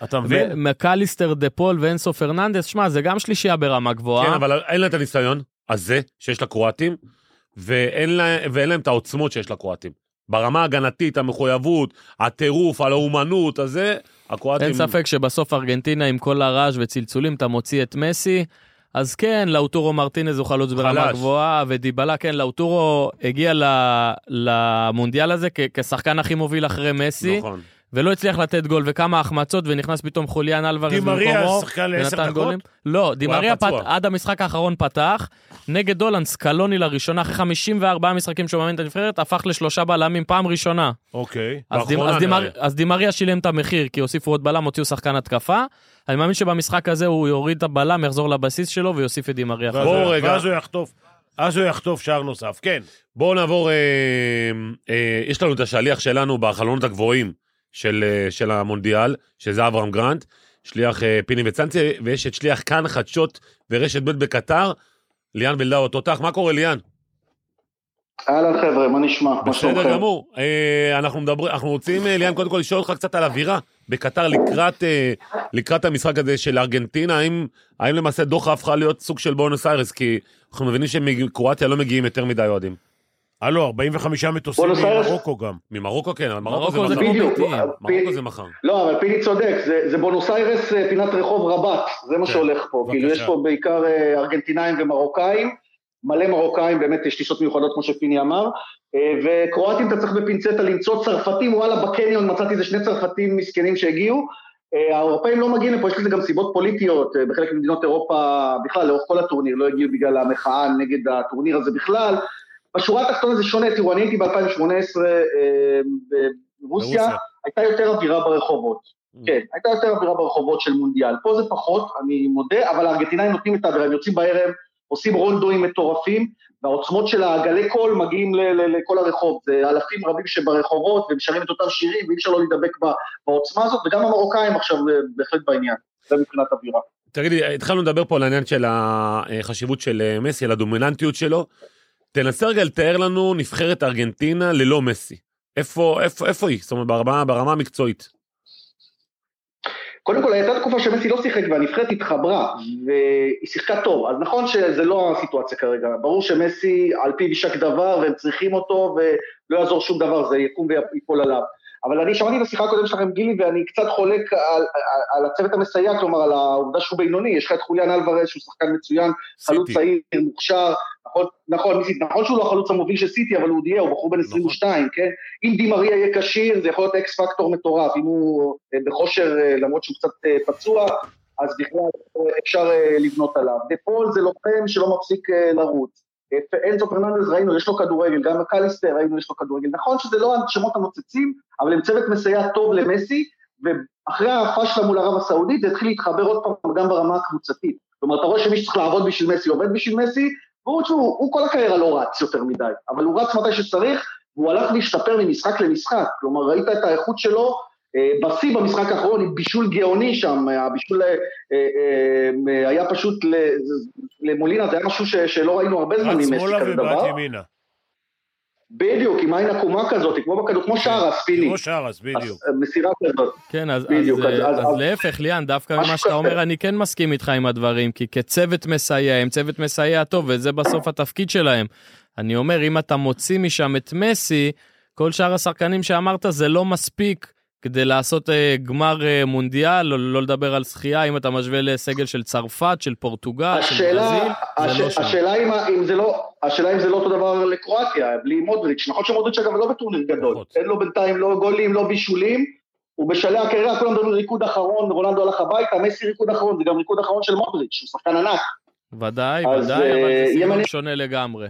Speaker 4: אתה מבין?
Speaker 5: מ- מקליסטר, דה פול ואינסו פרננדס, שמע, זה גם שלישייה ברמה גבוהה.
Speaker 3: כן, אבל אין לה את הניסיון הזה שיש לקרואטים, ואין לה- ואין להם את העוצמות שיש לקרואטים. ברמה ההגנתית, המחויבות, הטירוף, על האומנות, אז זה, הקרואטים...
Speaker 5: אין ספק שבסוף ארגנטינה עם כל הרעש וצלצולים אתה מוציא את מסי. אז כן, לאוטורו מרטינז הוא חלוץ ברמה
Speaker 3: חלש.
Speaker 5: גבוהה, ודיבלה, כן, לאוטורו הגיע ל- למונדיאל הזה כ- כשחקן הכי מוביל אחרי מסי, נכון.
Speaker 3: נכון.
Speaker 5: ולא הצליח לתת גול וכמה החמצות, ונכנס פתאום חוליאן אלוורז
Speaker 4: דימריה,
Speaker 5: במקומו,
Speaker 4: שחקן לעשר דקות?
Speaker 5: לא,
Speaker 3: היה
Speaker 5: דימריה פת...
Speaker 3: פצוע.
Speaker 5: עד המשחק האחרון פתח, נגד הולנד, סקלוני לראשונה, אחרי 54 משחקים שהוא מאמן את הנבחרת, הפך לשלושה בלמים פעם ראשונה.
Speaker 4: אוקיי.
Speaker 5: אז דימ-
Speaker 3: באחרונה
Speaker 5: אז דימר-
Speaker 3: נראה לי.
Speaker 5: אז דימריה שילם את המחיר, כי הוסיפו עוד בלם, הוציאו שחקן התקפה. אני מאמין שבמשחק הזה הוא יוריד את הבלם, יחזור לבסיס שלו ויוסיף את דימריה.
Speaker 4: ואז
Speaker 3: בואו
Speaker 4: הוא-
Speaker 3: רגע.
Speaker 4: ואז הוא יחטוף, אז הוא יחטוף שער נוסף, כן.
Speaker 3: בואו נעבור, אה, אה, יש לנו את השליח שלנו בחלונות הגבוהים של, אה, של המונדיאל, שזה אברהם גרנט, שליח אה, פיני וצנצי, ויש את שליח כאן חדשות ורשת ב' בקטר, ליאן בלדאו התותח, מה קורה ליאן?
Speaker 7: אהלן חבר'ה, מה נשמע? מה
Speaker 3: בסדר
Speaker 7: שלומכם?
Speaker 3: גמור. אה, אנחנו מדברים, אנחנו רוצים, אה, ליאן, קודם כל לשאול אותך קצת על אווירה בקטר לקראת, אה, לקראת המשחק הזה של ארגנטינה, האם, האם למעשה דוחה הפכה להיות סוג של בואנוס איירס, כי אנחנו מבינים שמקרואטיה לא מגיעים יותר מדי אוהדים.
Speaker 4: הלו, 45 מטוסים
Speaker 7: בואנוס איירס.
Speaker 4: ממרוקו גם.
Speaker 3: ממרוקו כן, אבל
Speaker 5: מרוקו
Speaker 3: מרוקו זה
Speaker 5: זה
Speaker 3: מחר.
Speaker 5: בדיוק.
Speaker 7: בדיוק.
Speaker 5: אמיתי.
Speaker 3: מרוקו
Speaker 7: פי-
Speaker 3: זה מחר.
Speaker 7: לא, אבל פיני צודק, זה, זה בונוס איירס, אה, פינת רחוב רבת, זה מה
Speaker 3: כן,
Speaker 7: שהולך פה.
Speaker 3: בבקשה.
Speaker 7: כאילו, יש פה בעיקר אה, ארגנטינאים ומרוקאים, מלא מרוקאים, באמת יש טיסות מיוחדות, כמו שפיני אמר, אה, וקרואטים אתה צריך בפינצטה למצוא צרפתים, וואלה, בקניון מצאתי איזה שני צרפתים מסכנים שהגיעו. אה, האירופאים לא מגיעים לפה, יש לזה גם סיבות פוליטיות, אה, בחלק ממדינות אירופה, בכלל, לאורך כל הטורניר, לא הגיעו בגלל המחאה נגד הטורניר הזה בכלל. בשורה התחתונה זה שונה, תראו, אני הייתי ב-2018 אה, ברוסיה,
Speaker 4: ברוסיה.
Speaker 7: הייתה יותר אווירה ברחובות. כן, הייתה יותר אווירה ברחובות של מונדיאל. פה זה פחות, אני מודה, אבל הארגנטינאים נותנים את האווירה, הם יוצאים בערב, עושים רונדואים מטורפים, והעוצמות של הגלי קול מגיעים ל- ל- לכל הרחוב. זה אלפים רבים שברחובות, והם שרים את אותם שירים, ואי אפשר לא להידבק ב- בעוצמה הזאת, וגם המרוקאים עכשיו אה, בהחלט בעניין, זה מבחינת אווירה.
Speaker 3: תגיד לי, התחלנו לדבר פה על העניין של החשיבות של אה, מסי, על הדומיננטיות שלו. תנסה רגע לתאר לנו נבחרת ארגנטינה ללא מסי. איפה, איפה, איפה היא? זאת אומרת, ברמה, ברמה המקצועית.
Speaker 7: קודם כל, הייתה תקופה שמסי לא שיחק והנבחרת התחברה, והיא שיחקה טוב. אז נכון שזה לא הסיטואציה כרגע, ברור שמסי על פיו יישק דבר והם צריכים אותו ולא יעזור שום דבר, זה יקום ויפול עליו. אבל אני שמעתי את השיחה הקודמת שלכם, גילי, ואני קצת חולק על, על, על הצוות המסייע, כלומר על העובדה שהוא בינוני, יש לך את חוליאן אלוורז שהוא שחקן מצוין, חלוץ
Speaker 3: סיטי.
Speaker 7: צעיר, מוכשר, נכון, נכון, ניסית, נכון שהוא לא החלוץ המוביל של סיטי, אבל הוא דיה, הוא בחור בן 22, כן? אם די מריה יהיה כשיר, זה יכול להיות אקס פקטור מטורף, אם הוא אה, בכושר, אה, למרות שהוא קצת אה, פצוע, אז בכלל אה, אפשר אה, לבנות עליו. דה פול זה לוחם שלא מפסיק אה, לרוץ. אה, אנזו פרננדז ראינו, יש לו כדורגל, גם מקליסטר ראינו, יש לו כדורגל. נכון שזה לא השמות הנוצצים, אבל הם צוות מסייע טוב למסי, ואחרי הפשלה מול ערב הסעודית זה התחיל להתחבר עוד פעם גם ברמה הקבוצתית. כלומר, אתה רואה שמי שצריך לעבוד בשביל מסי עובד בשביל מסי, והוא, תשמעו, הוא כל הקריירה לא רץ יותר מדי, אבל הוא רץ מתי שצריך, והוא הלך להשתפר ממשחק למשחק. כלומר, ראית את האיכות שלו אה, בשיא במשחק האחרון עם בישול גאוני שם, הבישול אה, אה, אה, היה פשוט ל- למולינה, זה היה משהו ש, שלא ראינו הרבה זמן
Speaker 4: רץ
Speaker 7: ממסי
Speaker 4: שמאלה
Speaker 7: כזה דבר.
Speaker 4: ובעט ימינה.
Speaker 7: בדיוק, עם עין עקומה כזאת, כמו בכדור, כמו שרס, פיני.
Speaker 4: כמו שרס, כן, בדיוק.
Speaker 7: אה, מסירה כזאת.
Speaker 5: כן, אז,
Speaker 7: בדיוק,
Speaker 5: אז,
Speaker 7: אז-
Speaker 5: אז,
Speaker 7: אז-
Speaker 5: אז
Speaker 7: אז-
Speaker 5: להפך, ליאן, דווקא ממה
Speaker 7: משהו
Speaker 5: שאתה
Speaker 7: כזה.
Speaker 5: אומר, אני כן מסכים איתך עם הדברים, כי כצוות מסייע, הם צוות מסייע טוב, וזה בסוף התפקיד שלהם. אני אומר, אם אתה מוציא משם את מסי, כל שאר השחקנים שאמרת, זה לא מספיק כדי לעשות אה, גמר אה, מונדיאל, לא, לא לדבר על שחייה, אם אתה משווה לסגל של צרפת, של פורטוגל, של
Speaker 7: השאלה,
Speaker 5: ברזיל, זה לא
Speaker 7: הש,
Speaker 5: שם.
Speaker 7: השאלה אם, ה- אם זה לא, השאלה אם זה לא אותו דבר לקרואטיה, בלי מודריץ'. נכון שמודריץ' אגב לא בטורניר גדול,
Speaker 5: נכון.
Speaker 4: פחות.
Speaker 7: אין לו בינתיים לא גולים, לא בישולים, הוא בשלהי הקריירה, כולם מדברים על ריקוד אחרון, רולנדו הלך הביתה, מסי ריקוד אחרון, זה גם ריקוד אחרון של מודריץ', הוא שחקן ענק.
Speaker 5: ודאי,
Speaker 7: אז,
Speaker 5: ודאי, אבל
Speaker 7: אה,
Speaker 5: זה
Speaker 7: יהיה
Speaker 5: סגנון
Speaker 7: מעניין-
Speaker 5: שונה לגמרי.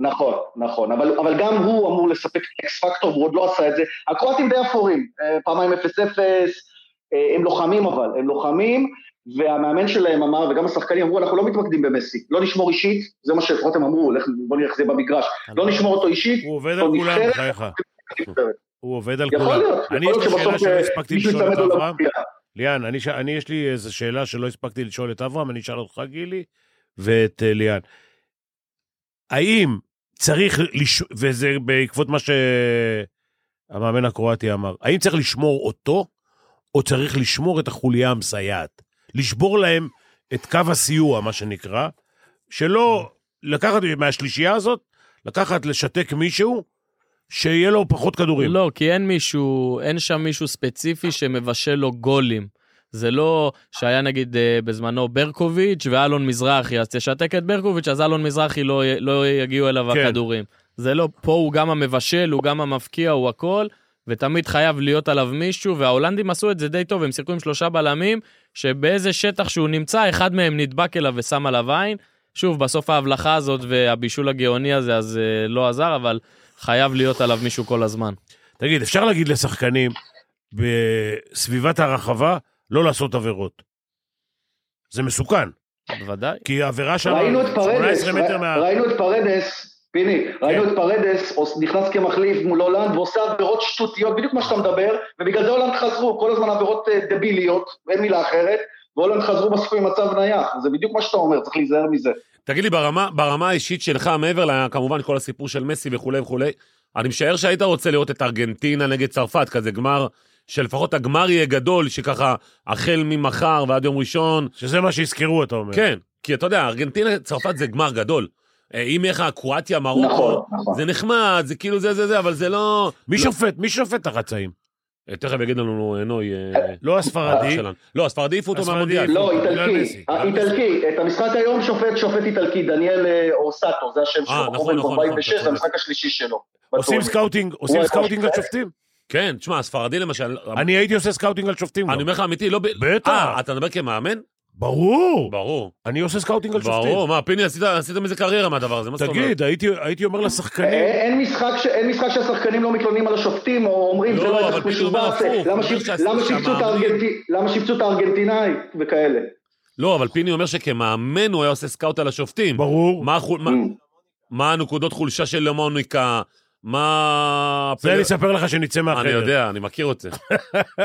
Speaker 7: נכון, נכון, אבל, אבל גם הוא אמור לספק אקס פקטור, והוא עוד לא עשה את זה. הקרואטים די אפורים, אה, פעמיים 0-0, אה, הם לוחמים אבל, הם לוחמים, והמאמן שלהם אמר, וגם השחקנים אמרו, אנחנו לא מתמקדים במסי, לא נשמור אישית, זה מה שלפחות הם אמרו, לך, בוא נראה איך זה במגרש, לא נשמור אותו אישית,
Speaker 4: הוא עובד על
Speaker 7: טוב,
Speaker 4: כולם,
Speaker 7: נבחרת.
Speaker 4: בחייך. הוא עובד על
Speaker 7: יכול
Speaker 4: כולם.
Speaker 7: להיות,
Speaker 4: אני,
Speaker 7: יכול להיות
Speaker 4: יש לי שאלה
Speaker 7: שבסוף
Speaker 4: שלא
Speaker 7: אה,
Speaker 4: הספקתי
Speaker 7: מישהו
Speaker 4: לשאול
Speaker 7: יצמד
Speaker 4: את
Speaker 7: לו
Speaker 4: אברהם.
Speaker 7: לפציעה.
Speaker 4: ליאן, אני, ש- אני יש לי איזו שאלה שלא הספקתי לשאול את אברהם, אני אשאל אותך, גילי, ואת אה, ליאן. האם צריך, לש... וזה בעקבות מה שהמאמן הקרואטי אמר, האם צריך לשמור אותו, או צריך לשמור את החוליה המסייעת? לשבור להם את קו הסיוע, מה שנקרא, שלא לקחת מהשלישייה הזאת, לקחת, לשתק מישהו, שיהיה לו פחות כדורים.
Speaker 5: לא, כי אין מישהו, אין שם מישהו ספציפי שמבשל לו גולים. זה לא שהיה נגיד אה, בזמנו ברקוביץ' ואלון מזרחי, אז תשתק את ברקוביץ', אז אלון מזרחי לא, י- לא יגיעו אליו
Speaker 4: כן.
Speaker 5: הכדורים. זה לא, פה הוא גם המבשל, הוא גם המבקיע, הוא הכל, ותמיד חייב להיות עליו מישהו, וההולנדים עשו את זה די טוב, הם שיחקו עם שלושה בלמים, שבאיזה שטח שהוא נמצא, אחד מהם נדבק אליו ושם עליו עין. שוב, בסוף ההבלחה הזאת והבישול הגאוני הזה, אז אה, לא עזר, אבל חייב להיות עליו מישהו כל הזמן.
Speaker 4: תגיד, אפשר להגיד לשחקנים בסביבת הרחבה לא לעשות עבירות. זה מסוכן,
Speaker 5: בוודאי.
Speaker 4: כי העבירה שם
Speaker 7: ראינו את פרדס,
Speaker 4: 18 מטר מה...
Speaker 7: ר- ראינו את פרדס, פיני, ראינו את פרדס עוש- נכנס כמחליף מול הולנד ועושה עבירות שטותיות, בדיוק מה שאתה מדבר, ובגלל זה הולנד חזרו, כל הזמן עבירות אה, דביליות, אין מילה אחרת, והולנד חזרו בסוף עם מצב נייח, זה בדיוק מה שאתה אומר, צריך להיזהר מזה.
Speaker 3: תגיד לי, ברמה, ברמה האישית שלך, מעבר ל- כמובן כל הסיפור של מסי וכולי וכולי, אני משער שהיית רוצה לראות את ארגנטינה נגד צרפת, כזה גמר, שלפחות הגמר יהיה גדול, שככה, החל ממחר ועד יום ראשון,
Speaker 4: שזה מה שיזכרו, אתה אומר.
Speaker 3: כן, כי אתה יודע, ארגנטינה, צרפת זה גמר גדול. אה, אם יהיה לך קרואטיה, מרוקו,
Speaker 7: נכון, נכון.
Speaker 3: זה נחמד, זה כאילו זה זה זה, אבל זה לא...
Speaker 4: מי
Speaker 3: לא.
Speaker 4: שופט? מי שופט את החצאים?
Speaker 3: אה, תכף יגיד לנו אה, נוי... אה,
Speaker 4: לא
Speaker 3: האח
Speaker 4: הספרדי.
Speaker 3: שלנו. לא, הספרדי העיפו אותו
Speaker 4: הספרדי
Speaker 3: מהמונדיאל.
Speaker 4: העיפו.
Speaker 7: לא,
Speaker 4: בגלל מסי,
Speaker 7: איטלקי,
Speaker 4: בגלל מסי.
Speaker 7: איטלקי, את המשחק היום שופט שופט איטלקי, דניאל אה, אורסטו, זה השם
Speaker 3: אה,
Speaker 7: שלו,
Speaker 3: נכון,
Speaker 7: בחור בן
Speaker 3: נכון,
Speaker 7: 46,
Speaker 3: נכון,
Speaker 7: זה המשחק השלישי שלו.
Speaker 4: עושים
Speaker 7: בטורניר.
Speaker 4: סקאוטינג, עושים
Speaker 7: היה
Speaker 4: סקאוטינג
Speaker 7: שופט.
Speaker 4: לשופטים?
Speaker 3: כן, תשמע, הספרדי למשל...
Speaker 4: אני הייתי עושה סקאוטינג על שופטים. גם.
Speaker 3: אה, אני אומר לך אמיתי, לא ב...
Speaker 4: בטח.
Speaker 3: אה, אתה מדבר כמאמן?
Speaker 4: ברור.
Speaker 3: ברור.
Speaker 4: אני עושה סקאוטינג על שופטים.
Speaker 3: ברור, מה, פיני, עשית- עשית מזה קריירה מהדבר הזה, מה זאת אומרת?
Speaker 4: תגיד, הייתי, הייתי אומר
Speaker 7: אה,
Speaker 4: לשחקנים,
Speaker 7: אה, אין משחק ש- אין משחק שהשחקנים לא מתלוננים על השופטים, או אומרים,
Speaker 3: לא,
Speaker 7: זה לא היה
Speaker 3: אבל
Speaker 7: תחקיר
Speaker 3: פתאום אומר
Speaker 7: משובץ,
Speaker 3: הפוך,
Speaker 7: למה
Speaker 3: אומר
Speaker 7: שיפ-
Speaker 3: שהס-
Speaker 7: למה שיפצו את
Speaker 3: שהמאמנים-
Speaker 7: הארגנטי- למה שיפצו את הארגנטינאי וכאלה.
Speaker 3: לא, אבל פיני אומר שכמאמן הוא היה עושה סקאוט על השופטים.
Speaker 4: ברור.
Speaker 3: מה החול- מה- מה הנקודות חולשה של למוניקה? מה...
Speaker 4: זה
Speaker 3: פל-
Speaker 4: אני אספר לך שנצא מהחדר.
Speaker 3: אה, אני יודע, אני מכיר
Speaker 4: <laughs>
Speaker 3: את זה.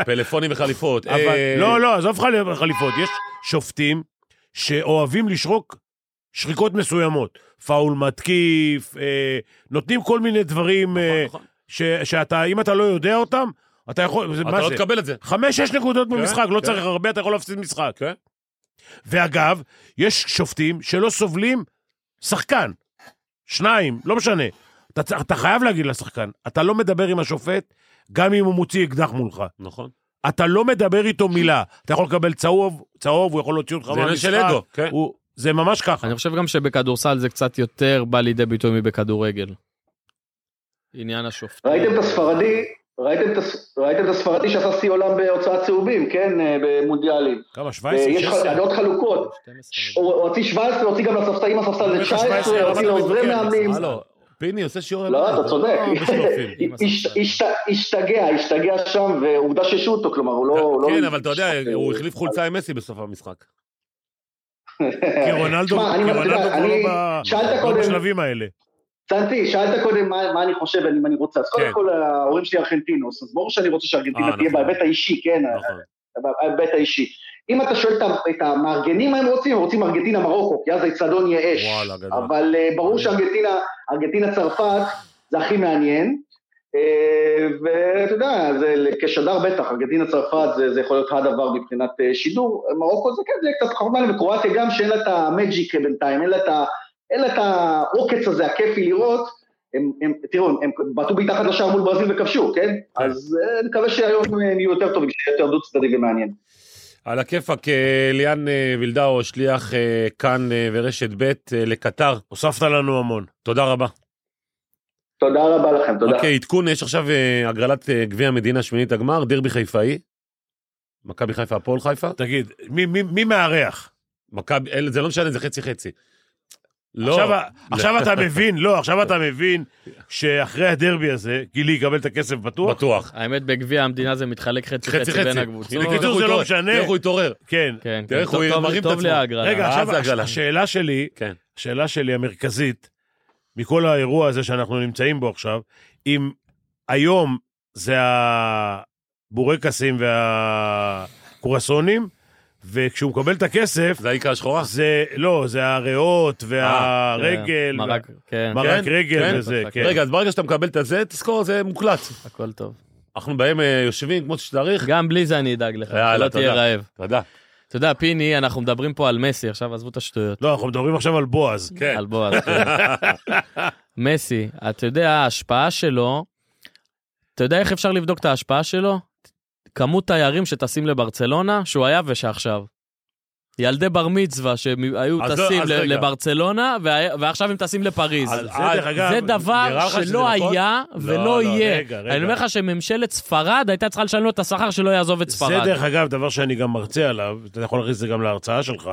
Speaker 3: פלאפונים וחליפות.
Speaker 4: אבל,
Speaker 3: אה,
Speaker 4: לא, לא, עזוב חל- חליפות. יש שופטים שאוהבים לשרוק שריקות מסוימות. פאול מתקיף, אה, נותנים כל מיני דברים אה,
Speaker 3: נכון.
Speaker 4: ש, שאתה, אם אתה לא יודע אותם, אתה יכול, זה,
Speaker 3: אתה
Speaker 4: מה
Speaker 3: לא
Speaker 4: זה?
Speaker 3: תקבל את זה.
Speaker 4: חמש, שש נקודות
Speaker 3: כן,
Speaker 4: במשחק, לא
Speaker 3: כן.
Speaker 4: צריך הרבה, אתה יכול להפסיד משחק.
Speaker 3: כן.
Speaker 4: ואגב, יש שופטים שלא סובלים שחקן, שניים, לא משנה. אתה, צ- אתה חייב להגיד לשחקן, אתה לא מדבר עם השופט, גם אם הוא מוציא אקדח מולך.
Speaker 3: נכון.
Speaker 4: אתה לא מדבר איתו מילה. אתה יכול לקבל צהוב, צהוב, הוא יכול להוציא אותך
Speaker 3: זה
Speaker 4: מהמשחק.
Speaker 3: עניין של אגו, כן.
Speaker 4: הוא- זה ממש ככה.
Speaker 5: אני חושב גם שבכדורסל זה קצת יותר בא לידי ביטוי מבכדורגל. עניין השופטים.
Speaker 7: ראיתם את הספרדי? ראיתם את הס- ראיתם את הספרדי שעשה שיא עולם בהוצאת צהובים, כן, אה, במונדיאלים.
Speaker 4: כמה, 17?
Speaker 7: ויש
Speaker 4: 16?
Speaker 7: ח- דעות חלוקות. ש- הוא הוא הוציא 17, הוציא גם לספסל, עם הספסל
Speaker 4: אומר
Speaker 7: זה
Speaker 4: לך 17,
Speaker 7: 19,
Speaker 4: אבל
Speaker 7: הוציא
Speaker 4: אתה
Speaker 3: לא
Speaker 7: לעוזרי
Speaker 4: מתווכח,
Speaker 7: מאמנים.
Speaker 3: הלו, פיני עושה שיעורי בית.
Speaker 7: לא, אתה צודק.
Speaker 3: לא, בשלופים.
Speaker 7: <laughs> השת- השת- השתגע, השתגע שם, ועובדה שהשעו אותו, כלומר, הוא לא... הוא לא-
Speaker 3: כן, אבל אתה יודע, הוא החליף חולצה עם מסי בסוף המשחק.
Speaker 4: כי רונלדו
Speaker 7: תשמע, אה, אני
Speaker 4: כי
Speaker 7: מסביר,
Speaker 4: רונלדו כבר
Speaker 7: אני-
Speaker 4: לא ב-
Speaker 7: שאלת
Speaker 4: לא
Speaker 7: קודם-
Speaker 4: בשלבים האלה.
Speaker 7: צנתי, שאלת קודם מה, מה אני חושב, אם אני רוצה. אז
Speaker 3: כן.
Speaker 7: קודם כל, ההורים שלי ארגנטינוס, אז ברור שאני רוצה
Speaker 3: אה,
Speaker 7: שארגנטינה
Speaker 3: נכון.
Speaker 7: תהיה בהיבט האישי, כן,
Speaker 3: נכון.
Speaker 7: בהיבט האישי. אם אתה שואל את ה- את המארגנים מה הם רוצים, הם רוצים ארגנטינה מרוקו, כי אז האצטדיון יהיה אש.
Speaker 3: וואלה, גדול.
Speaker 7: אבל אה, ברור שארגנטינה, ארגנטינה צרפת, זה הכי מעניין. אה, ואתה יודע, זה כשדר בטח, ארגנטינה צרפת זה, זה יכול להיות הדבר מבחינת אה, שידור, מרוקו זה כן, זה קצת פחות מעניין, וקרואטיה גם שאין לה את המג'יק בינתיים, אין לה את ה- אין לה את העוקץ הזה, הכיפי לראות, הם, הם, תראו, הם בעטו מתחת לשער מול ברזיל וכבשו, כן? אז אה, אני מקווה שהיום הם יהיו יותר טובים, שיהיה יותר דו צדדי ומעניין.
Speaker 3: על הכיפאק, אה, ליאן אה, וילדאו, שליח אה, כאן אה, ורשת ב' אה, לקטר.
Speaker 4: הוספת לנו המון.
Speaker 3: תודה רבה.
Speaker 7: תודה רבה לכם, תודה.
Speaker 3: אוקיי, עדכון, יש עכשיו אה, הגרלת אה, גביע המדינה שמינית הגמר, דרבי חיפאי. מכבי חיפה, הפועל חיפה.
Speaker 4: תגיד, מי- מי- מי מארח?
Speaker 3: מכבי, אל- זה לא משנה, זה חצי חצי. לא, <laughs>
Speaker 4: עכשיו ה- עכשיו אתה מבין, לא, עכשיו אתה מבין שאחרי הדרבי הזה, גילי יקבל את הכסף בטוח?
Speaker 3: בטוח.
Speaker 5: האמת בגביע המדינה זה מתחק חצי
Speaker 3: חצי
Speaker 5: חצי בין
Speaker 3: חצי.
Speaker 5: הקבוצות.
Speaker 4: בקיצור,
Speaker 3: איך הוא
Speaker 4: זה לא
Speaker 3: התעורר,
Speaker 4: משנה.
Speaker 3: איך הוא התעורר.
Speaker 4: כן.
Speaker 5: כן,
Speaker 3: תראה
Speaker 5: כן,
Speaker 3: איך
Speaker 5: טוב-
Speaker 3: הוא
Speaker 5: טוב-
Speaker 3: מרים את
Speaker 5: טוב
Speaker 3: עצמו.
Speaker 5: להגרלה.
Speaker 4: רגע,
Speaker 3: אה,
Speaker 4: עכשיו
Speaker 3: זה הגרלה.
Speaker 4: השאלה שלי,
Speaker 3: כן.
Speaker 4: השאלה שלי המרכזית, מכל האירוע הזה שאנחנו נמצאים בו עכשיו, אם היום זה הבורקסים והקורסונים, וכשהוא מקבל את הכסף,
Speaker 3: זה העיקר השחורה.
Speaker 4: זה, לא, זה הריאות והרגל,
Speaker 5: כן, מרק, כן,
Speaker 4: מרק
Speaker 3: כן,
Speaker 4: רגל
Speaker 3: כן.
Speaker 4: וזה,
Speaker 5: אוקיי.
Speaker 4: כן.
Speaker 3: רגע, אז ברגע שאתה מקבל את הזה, תזכור, זה מוקלט.
Speaker 5: הכל טוב.
Speaker 3: אנחנו בהם אה, יושבים כמו שצריך.
Speaker 5: גם בלי זה אני אדאג לך,
Speaker 3: יאללה,
Speaker 5: שלא
Speaker 3: תודה.
Speaker 5: תהיה רעב.
Speaker 3: תודה.
Speaker 5: אתה יודע, פיני, אנחנו מדברים פה על מסי, עכשיו עזבו את השטויות.
Speaker 4: לא, אנחנו מדברים עכשיו על בועז.
Speaker 3: כן.
Speaker 5: על בועז. כן.
Speaker 4: <laughs>
Speaker 5: מסי, אתה יודע, ההשפעה שלו, אתה יודע איך אפשר לבדוק את ההשפעה שלו? כמות תיירים שטסים לברצלונה, שהוא היה ושעכשיו. ילדי בר מצווה שהיו
Speaker 3: אז לא-
Speaker 5: טסים
Speaker 3: אז
Speaker 5: ל-
Speaker 3: רגע.
Speaker 5: לברצלונה, וה- ועכשיו הם טסים לפריז.
Speaker 4: אז זה,
Speaker 3: אה,
Speaker 4: דרך אגב,
Speaker 5: זה
Speaker 3: נראה
Speaker 5: דבר
Speaker 3: לך שזה
Speaker 5: שלא
Speaker 3: נכון?
Speaker 5: היה
Speaker 4: לא,
Speaker 5: ולא יהיה.
Speaker 4: רגע, רגע.
Speaker 5: אני אומר לך שממשלת ספרד הייתה צריכה לשלם לו את השכר שלא יעזוב את
Speaker 4: זה
Speaker 5: ספרד.
Speaker 4: דרך אגב דבר שאני גם מרצה עליו, אתה יכול להכניס את זה גם להרצאה שלך,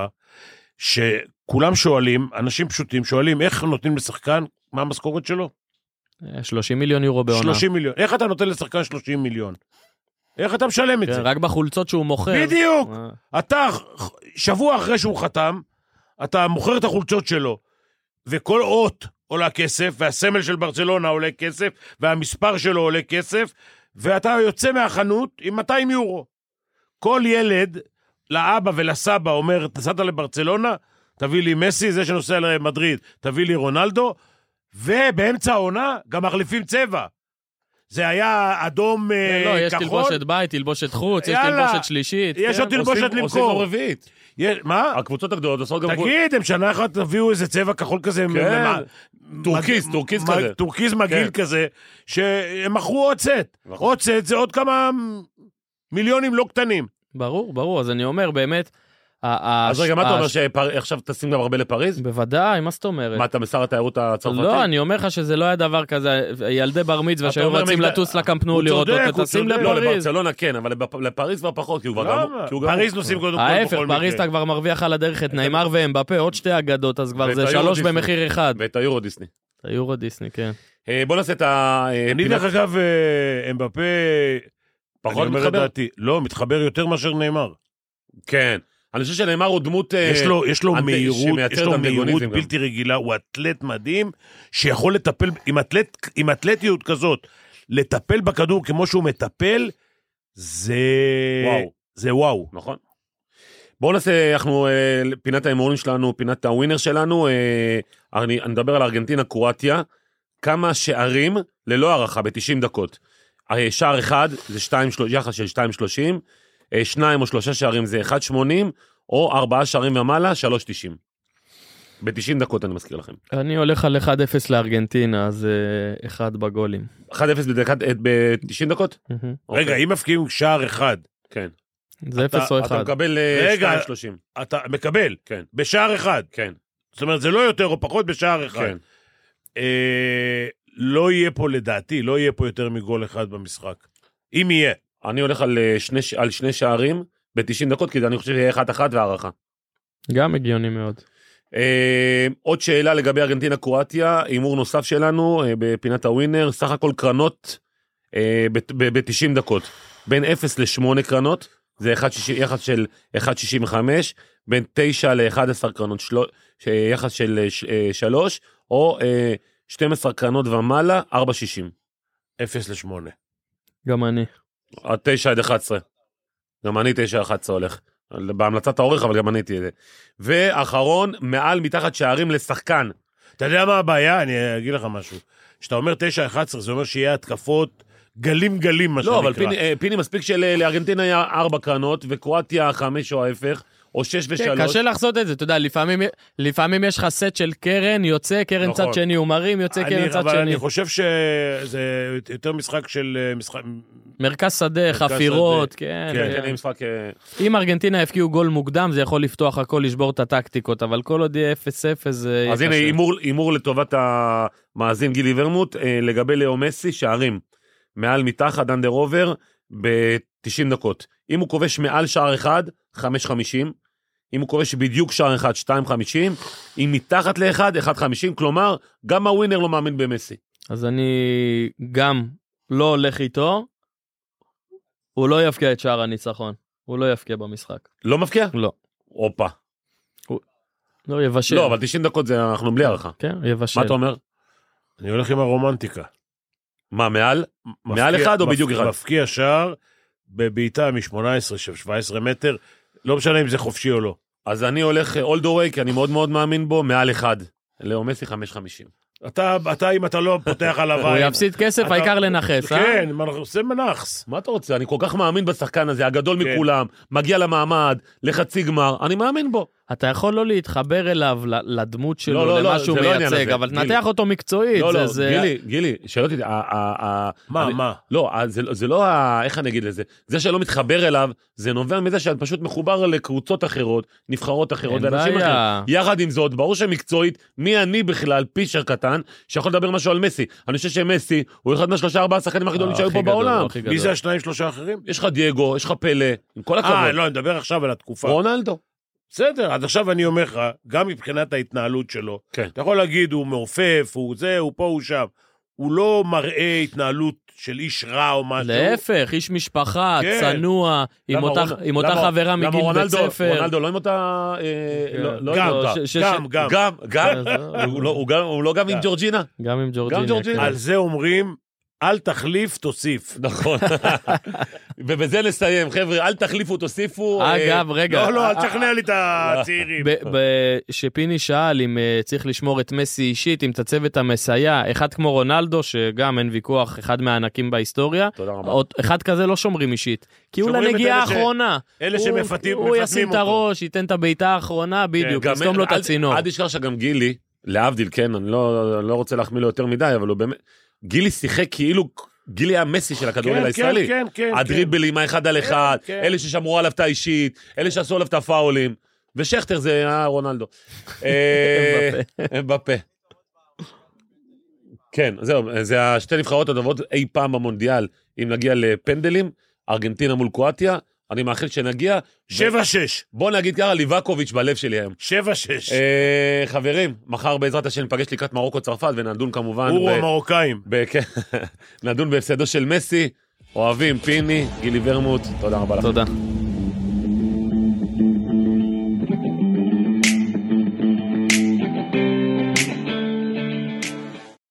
Speaker 4: שכולם שואלים, אנשים פשוטים שואלים, איך נותנים לשחקן, מה המשכורת שלו?
Speaker 5: 30 אה, מיליון יורו בעונה.
Speaker 4: 30 מיליון. איך אתה נותן לשחקן 30 מיליון? איך אתה משלם את
Speaker 5: כן,
Speaker 4: זה?
Speaker 5: רק בחולצות שהוא מוכר.
Speaker 4: בדיוק.
Speaker 5: אה,
Speaker 4: אתה, שבוע אחרי שהוא חתם, אתה מוכר את החולצות שלו, וכל אות עולה כסף, והסמל של ברצלונה עולה כסף, והמספר שלו עולה כסף, ואתה יוצא מהחנות עם 200 יורו. כל ילד, לאבא ולסבא אומר, נסעת לברצלונה, תביא לי מסי, זה שנוסע למדריד, תביא לי רונלדו, ובאמצע העונה גם מחליפים צבע. זה היה אדום אה,
Speaker 5: לא, יש
Speaker 4: כחול,
Speaker 5: תלבושת בית, תלבושת חוץ, יש
Speaker 4: יאללה.
Speaker 5: תלבושת שלישית.
Speaker 4: יש
Speaker 5: כן.
Speaker 4: עוד תלבושת
Speaker 3: עושים- עושים לו
Speaker 4: למכור.
Speaker 3: רביעית.
Speaker 4: יש- מה?
Speaker 3: הקבוצות הגדולות עושות גם...
Speaker 4: תגיד, הם שנה אחת תביאו איזה צבע כחול כזה,
Speaker 3: כן.
Speaker 4: מה-
Speaker 3: טורקיז,
Speaker 4: מג-
Speaker 3: טורקיז
Speaker 4: מג-
Speaker 3: כזה.
Speaker 4: טורקיז מגעיל
Speaker 3: כן.
Speaker 4: כזה, שהם מכרו אוצת.
Speaker 3: נכון.
Speaker 4: אוצת זה עוד כמה מיליונים לא קטנים.
Speaker 5: ברור, ברור, אז אני אומר, באמת... ה- ה-
Speaker 3: אז רגע, מה אתה
Speaker 5: ה-
Speaker 3: אומר שעכשיו טסים גם הרבה לפריז?
Speaker 5: בוודאי, מה זאת אומרת?
Speaker 3: מה, אתה משר התיירות הצרפתי?
Speaker 5: לא, אני אומר לך שזה לא היה דבר כזה, ילדי בר מצווה
Speaker 3: אתה
Speaker 5: שהיו
Speaker 3: אומר
Speaker 5: רצים
Speaker 3: מגדל-
Speaker 5: לטוס לקמפנו
Speaker 4: הוא
Speaker 5: לראות
Speaker 4: צודק,
Speaker 5: אותה,
Speaker 4: הוא
Speaker 5: טסים
Speaker 4: צודק.
Speaker 3: לא,
Speaker 5: לפריז.
Speaker 3: לברצלונה כן, אבל לפ- לפריז כבר פחות, כי הוא כבר גמור.
Speaker 4: למה?
Speaker 3: כי הוא גמור.
Speaker 4: פריז לא נוסעים קודם כל
Speaker 5: ההפך,
Speaker 4: בכל
Speaker 5: פריז
Speaker 4: מקרה.
Speaker 5: אתה כבר מרוויח על הדרך את נעימר ואמבפה, עוד שתי אגדות, אז כבר
Speaker 3: כן. ואת
Speaker 5: זה
Speaker 3: היורו
Speaker 5: שלוש
Speaker 3: דיסני.
Speaker 5: במחיר אחד.
Speaker 3: ואת היורו דיסני.
Speaker 5: היורו דיסני, כן.
Speaker 3: אה, בוא נעשה את ה... אה,
Speaker 4: אני
Speaker 3: פינת-
Speaker 4: דרך אגב, אה, אמבפה,
Speaker 3: פחות
Speaker 4: אני אומר את
Speaker 3: מתחבר?
Speaker 4: דעתי. לא, מתחבר יותר מאשר נאמר.
Speaker 3: כן. אני חושב שנאמר הוא דמות... אה,
Speaker 4: יש לו, יש לו
Speaker 3: אנטי-
Speaker 4: מהירות,
Speaker 3: שמייצר
Speaker 4: יש לו
Speaker 3: את האנטגוניזם
Speaker 4: מהירות
Speaker 3: גם.
Speaker 4: בלתי רגילה, הוא אתלט מדהים, שיכול לטפל, עם, אתלט, עם אתלטיות כזאת, לטפל בכדור כמו שהוא מטפל, זה... אה,
Speaker 3: וואו.
Speaker 4: זה וואו.
Speaker 3: נכון. בואו נעשה, אנחנו, אה, פינת ההימורים שלנו, פינת הווינר שלנו, אה, אני אני מדבר על ארגנטינה, קרואטיה, כמה שערים ללא הערכה ב-90 דקות. אה, שער אחד זה שתיים, של- יחס של 2.30, אה, שניים או שלושה שערים זה 1.80, או ארבעה שערים ומעלה, 3.90. ב-90 דקות אני מזכיר לכם.
Speaker 5: אני הולך על 1-0 לארגנטינה, אז אה, אחד בגולים.
Speaker 3: 1-0 בדקת- אה, ב-90 דקות?
Speaker 5: מהמם.
Speaker 4: רגע,
Speaker 3: אוקיי.
Speaker 4: אם מפקיעים שער אחד,
Speaker 3: כן.
Speaker 5: זה 0 או 1.
Speaker 3: אתה מקבל
Speaker 4: רגע.
Speaker 3: 2.30.
Speaker 4: אתה מקבל,
Speaker 3: כן.
Speaker 4: בשער אחד.
Speaker 3: כן,
Speaker 4: זאת אומרת, זה לא יותר או פחות בשער אחד.
Speaker 3: כן.
Speaker 4: אה, לא יהיה פה, לדעתי, לא יהיה פה יותר מגול אחד במשחק. אם יהיה.
Speaker 3: אני הולך על אה, שני ש- על שני שערים ב-90 דקות, כי אני חושב שיהיה 1-1 והערכה.
Speaker 5: גם הגיוני מאוד.
Speaker 3: אה, עוד שאלה לגבי ארגנטינה קרואטיה, הימור נוסף שלנו אה, בפינת הווינר, סך הכל קרנות אה, ב-90 דקות, בין 0 ל-8 קרנות, זה 1.60 יחס של 1.65, בין 9 ל-11 קרנות, של... יחס של אה, 3, או אה, 12 קרנות ומעלה, 4.60,
Speaker 4: 0 ל-8.
Speaker 5: גם אני.
Speaker 3: עד 9 עד 11. גם אני 9-11 הולך. בהמלצת העורך, אבל גם אני תהיה זה. ואחרון, מעל מתחת שערים לשחקן.
Speaker 4: אתה יודע מה הבעיה? אני אגיד לך משהו. כשאתה אומר 9-11, זה אומר שיהיה התקפות גלים-גלים, מה
Speaker 3: לא,
Speaker 4: שנקרא.
Speaker 3: אבל פיני, אה, פיני מספיק שלארגנטינה היה ארבע קרנות, וקרואטיה חמש או ההפך, או שש
Speaker 5: כן,
Speaker 3: ושלוש.
Speaker 5: קשה לחזות את זה, אתה יודע, לפעמים- לפעמים יש לך סט של קרן, יוצא קרן
Speaker 3: נכון.
Speaker 5: צד שני, הוא מרים, יוצא
Speaker 4: אני-
Speaker 5: קרן צד
Speaker 4: אבל
Speaker 5: שני.
Speaker 4: אני חושב שזה יותר משחק של... אה, משחק...
Speaker 5: מרכז שדה,
Speaker 4: מרכז
Speaker 5: חפירות,
Speaker 4: שדה.
Speaker 5: כן.
Speaker 3: כן,
Speaker 5: כן.
Speaker 3: כן, משחק... אה,
Speaker 5: אם ארגנטינה יפקיעו גול מוקדם, זה יכול לפתוח הכל, לשבור את הטקטיקות, אבל כל עוד יהיה 0-0 זה יהיה
Speaker 3: אז הנה,
Speaker 5: קשה.
Speaker 3: הימור- הימור לטובת המאזין גילי ורמוט, אה, לגבי לאו מסי, שערים. מעל מתחת, אנדר עובר, ב-90 דקות. אם הוא כובש מעל שער אחד, 5.50. אם הוא כובש בדיוק שער אחד, 2.50. אם מתחת לאחד, 1.50. כלומר, גם הווינר לא מאמין במסי.
Speaker 5: אז אני גם לא הולך איתו, הוא לא יפקיע את שער הניצחון. הוא לא יפקיע במשחק.
Speaker 3: לא מבקיע?
Speaker 5: לא.
Speaker 3: הופה.
Speaker 5: לא, יבשל.
Speaker 3: לא, אבל 90 דקות זה, אנחנו בלי הערכה.
Speaker 5: כן, יבשל.
Speaker 3: מה אתה אומר?
Speaker 4: אני הולך עם הרומנטיקה.
Speaker 3: מה, מעל? מעל
Speaker 4: מפקיע-
Speaker 3: אחד או
Speaker 4: מפ-
Speaker 3: בדיוק אחד?
Speaker 4: מפקיע שער בבעיטה מ-18 של 17 מטר, לא משנה אם זה חופשי או לא.
Speaker 3: אז אני הולך אה, אולד אווי, כי אני מאוד מאוד מאמין בו, מעל אחד. לאו מסי 5.50.
Speaker 4: אתה, אתה, אם אתה לא פותח
Speaker 3: <laughs>
Speaker 4: עליו
Speaker 5: הוא
Speaker 4: עין-
Speaker 5: יפסיד כסף,
Speaker 4: אתה-
Speaker 5: העיקר לנכס, אה?
Speaker 4: כן, מה, זה מנאחס.
Speaker 3: מה אתה רוצה? אני כל כך מאמין בשחקן הזה, הגדול
Speaker 4: כן.
Speaker 3: מכולם, מגיע למעמד, לחצי גמר, אני מאמין בו.
Speaker 5: אתה יכול לא להתחבר אליו, ל- לדמות שלו,
Speaker 3: לא, לא,
Speaker 5: למה
Speaker 3: זה
Speaker 5: שהוא
Speaker 3: לא העניין
Speaker 5: מייצג,
Speaker 3: הזה,
Speaker 5: אבל
Speaker 3: גילי.
Speaker 5: תנתח אותו מקצועית.
Speaker 3: לא,
Speaker 5: זה-
Speaker 3: לא,
Speaker 5: זה-
Speaker 3: גילי, גילי, שלא תדע, ה- ה- ה-
Speaker 4: מה,
Speaker 3: אני-
Speaker 4: מה?
Speaker 3: לא, ה- זה לא- זה לא ה... איך אני אגיד לזה? זה שלא מתחבר אליו, זה נובע מזה שאת פשוט מחובר לקבוצות אחרות, נבחרות אחרות,
Speaker 5: אין
Speaker 3: ואנשים
Speaker 5: בעיה.
Speaker 3: אחרים. יחד עם זאת, ברור שמקצועית, מי אני בכלל, פישר קטן, שיכול לדבר משהו על מסי. אני חושב שמסי הוא אחד מהשלושה ארבעה השחקנים הכי גדולים
Speaker 5: אה, הכי
Speaker 3: שהיו פה
Speaker 5: גדול,
Speaker 3: בעולם.
Speaker 5: הכי
Speaker 4: מי
Speaker 5: גדול.
Speaker 4: זה השניים שלושה האחרים?
Speaker 3: יש לך דייגו, יש לך פלא, עם כל
Speaker 4: אה,
Speaker 3: הכבוד.
Speaker 4: לא, אני מדבר עכשיו על התקופה.
Speaker 3: רונלדו.
Speaker 4: בסדר, אז עכשיו אני אומר לך, גם מבחינת ההתנהלות שלו,
Speaker 3: כן.
Speaker 4: אתה יכול להגיד, הוא מעופף, הוא זה, הוא פה, הוא שם. הוא לא מראה התנהלות של איש רע או משהו.
Speaker 5: להפך, איש משפחה,
Speaker 4: כן.
Speaker 5: צנוע, עם
Speaker 3: למה
Speaker 5: אותה-
Speaker 3: רונ-
Speaker 5: עם אותה
Speaker 3: למה-
Speaker 5: חברה
Speaker 3: למה
Speaker 5: מגיל בית
Speaker 3: רונלדו-
Speaker 5: ספר.
Speaker 3: רונלדו לא עם אותה... אה,
Speaker 5: כן.
Speaker 3: לא- לא עם
Speaker 4: גם,
Speaker 3: אותה.
Speaker 5: ש- ש-
Speaker 4: גם, גם.
Speaker 3: גם, גם.
Speaker 5: כן, זה-
Speaker 3: הוא לא- הוא גם- הוא לא גם עם
Speaker 4: גם.
Speaker 3: ג'ורג'ינה?
Speaker 5: גם עם כן. ג'ורג'ינה.
Speaker 3: ג'ורג'ינה.
Speaker 5: כן.
Speaker 4: על זה אומרים, אל תחליף, תוסיף.
Speaker 3: נכון. ובזה נסיים, חבר'ה, אל תחליפו, תוסיפו. אה,
Speaker 5: אגב, רגע.
Speaker 4: לא, לא,
Speaker 5: אה,
Speaker 4: אל תשכנע לי את הצעירים.
Speaker 5: ב- ב- שפיני שאל אם אה, צריך לשמור את מסי אישית, אם את הצוות המסייע, אחד כמו רונלדו, שגם אין ויכוח, אחד מהענקים בהיסטוריה,
Speaker 3: תודה רבה.
Speaker 5: עוד אחד כזה לא שומרים אישית, כי הוא
Speaker 4: שומרים את
Speaker 5: לנגיעה
Speaker 4: אלה ש-
Speaker 5: האחרונה.
Speaker 4: אלה
Speaker 5: הוא-
Speaker 4: שמפתים,
Speaker 5: הוא ישים את
Speaker 4: מפתמים אותו.
Speaker 5: הראש, ייתן את הבעיטה האחרונה, בדיוק,
Speaker 3: גם
Speaker 5: יסתום
Speaker 3: אין-
Speaker 5: לו את
Speaker 3: אל-
Speaker 5: הצינור.
Speaker 3: אל תשכח שגם גילי, להבדיל, כן, אני לא לא רוצה להחמיא לו יותר מדי, אבל הוא באמת... גילי שיחק כאילו... גילי היה מסי של הכדורגל
Speaker 4: כן, כן,
Speaker 3: הישראלי.
Speaker 4: כן, כן.
Speaker 3: הדריבלים האחד על אחד,
Speaker 4: כן.
Speaker 3: אלה ששמרו עליו את האישית, אלה שעשו עליו את הפאולים. ושכטר זה היה רונלדו.
Speaker 5: <laughs>
Speaker 3: אה, אמבפה. כן, זהו, זה השתי נבחרות הטובות אי פעם במונדיאל. אם נגיע לפנדלים, ארגנטינה מול קרואטיה, אני מאחל שנגיע.
Speaker 4: שבע שש.
Speaker 3: בוא נגיד ככה, ליבקוביץ' בלב שלי היום.
Speaker 4: שבע שש.
Speaker 3: אה, חברים, מחר בעזרת השם ניפגש לקראת מרוקו-צרפת ונדון כמובן...
Speaker 4: אורו
Speaker 3: ב-
Speaker 4: המרוקאים.
Speaker 3: ב- כן, <laughs> נדון בהפסדו של מסי. אוהבים, פיני, גילי ורמוט, תודה רבה לכם.
Speaker 5: תודה.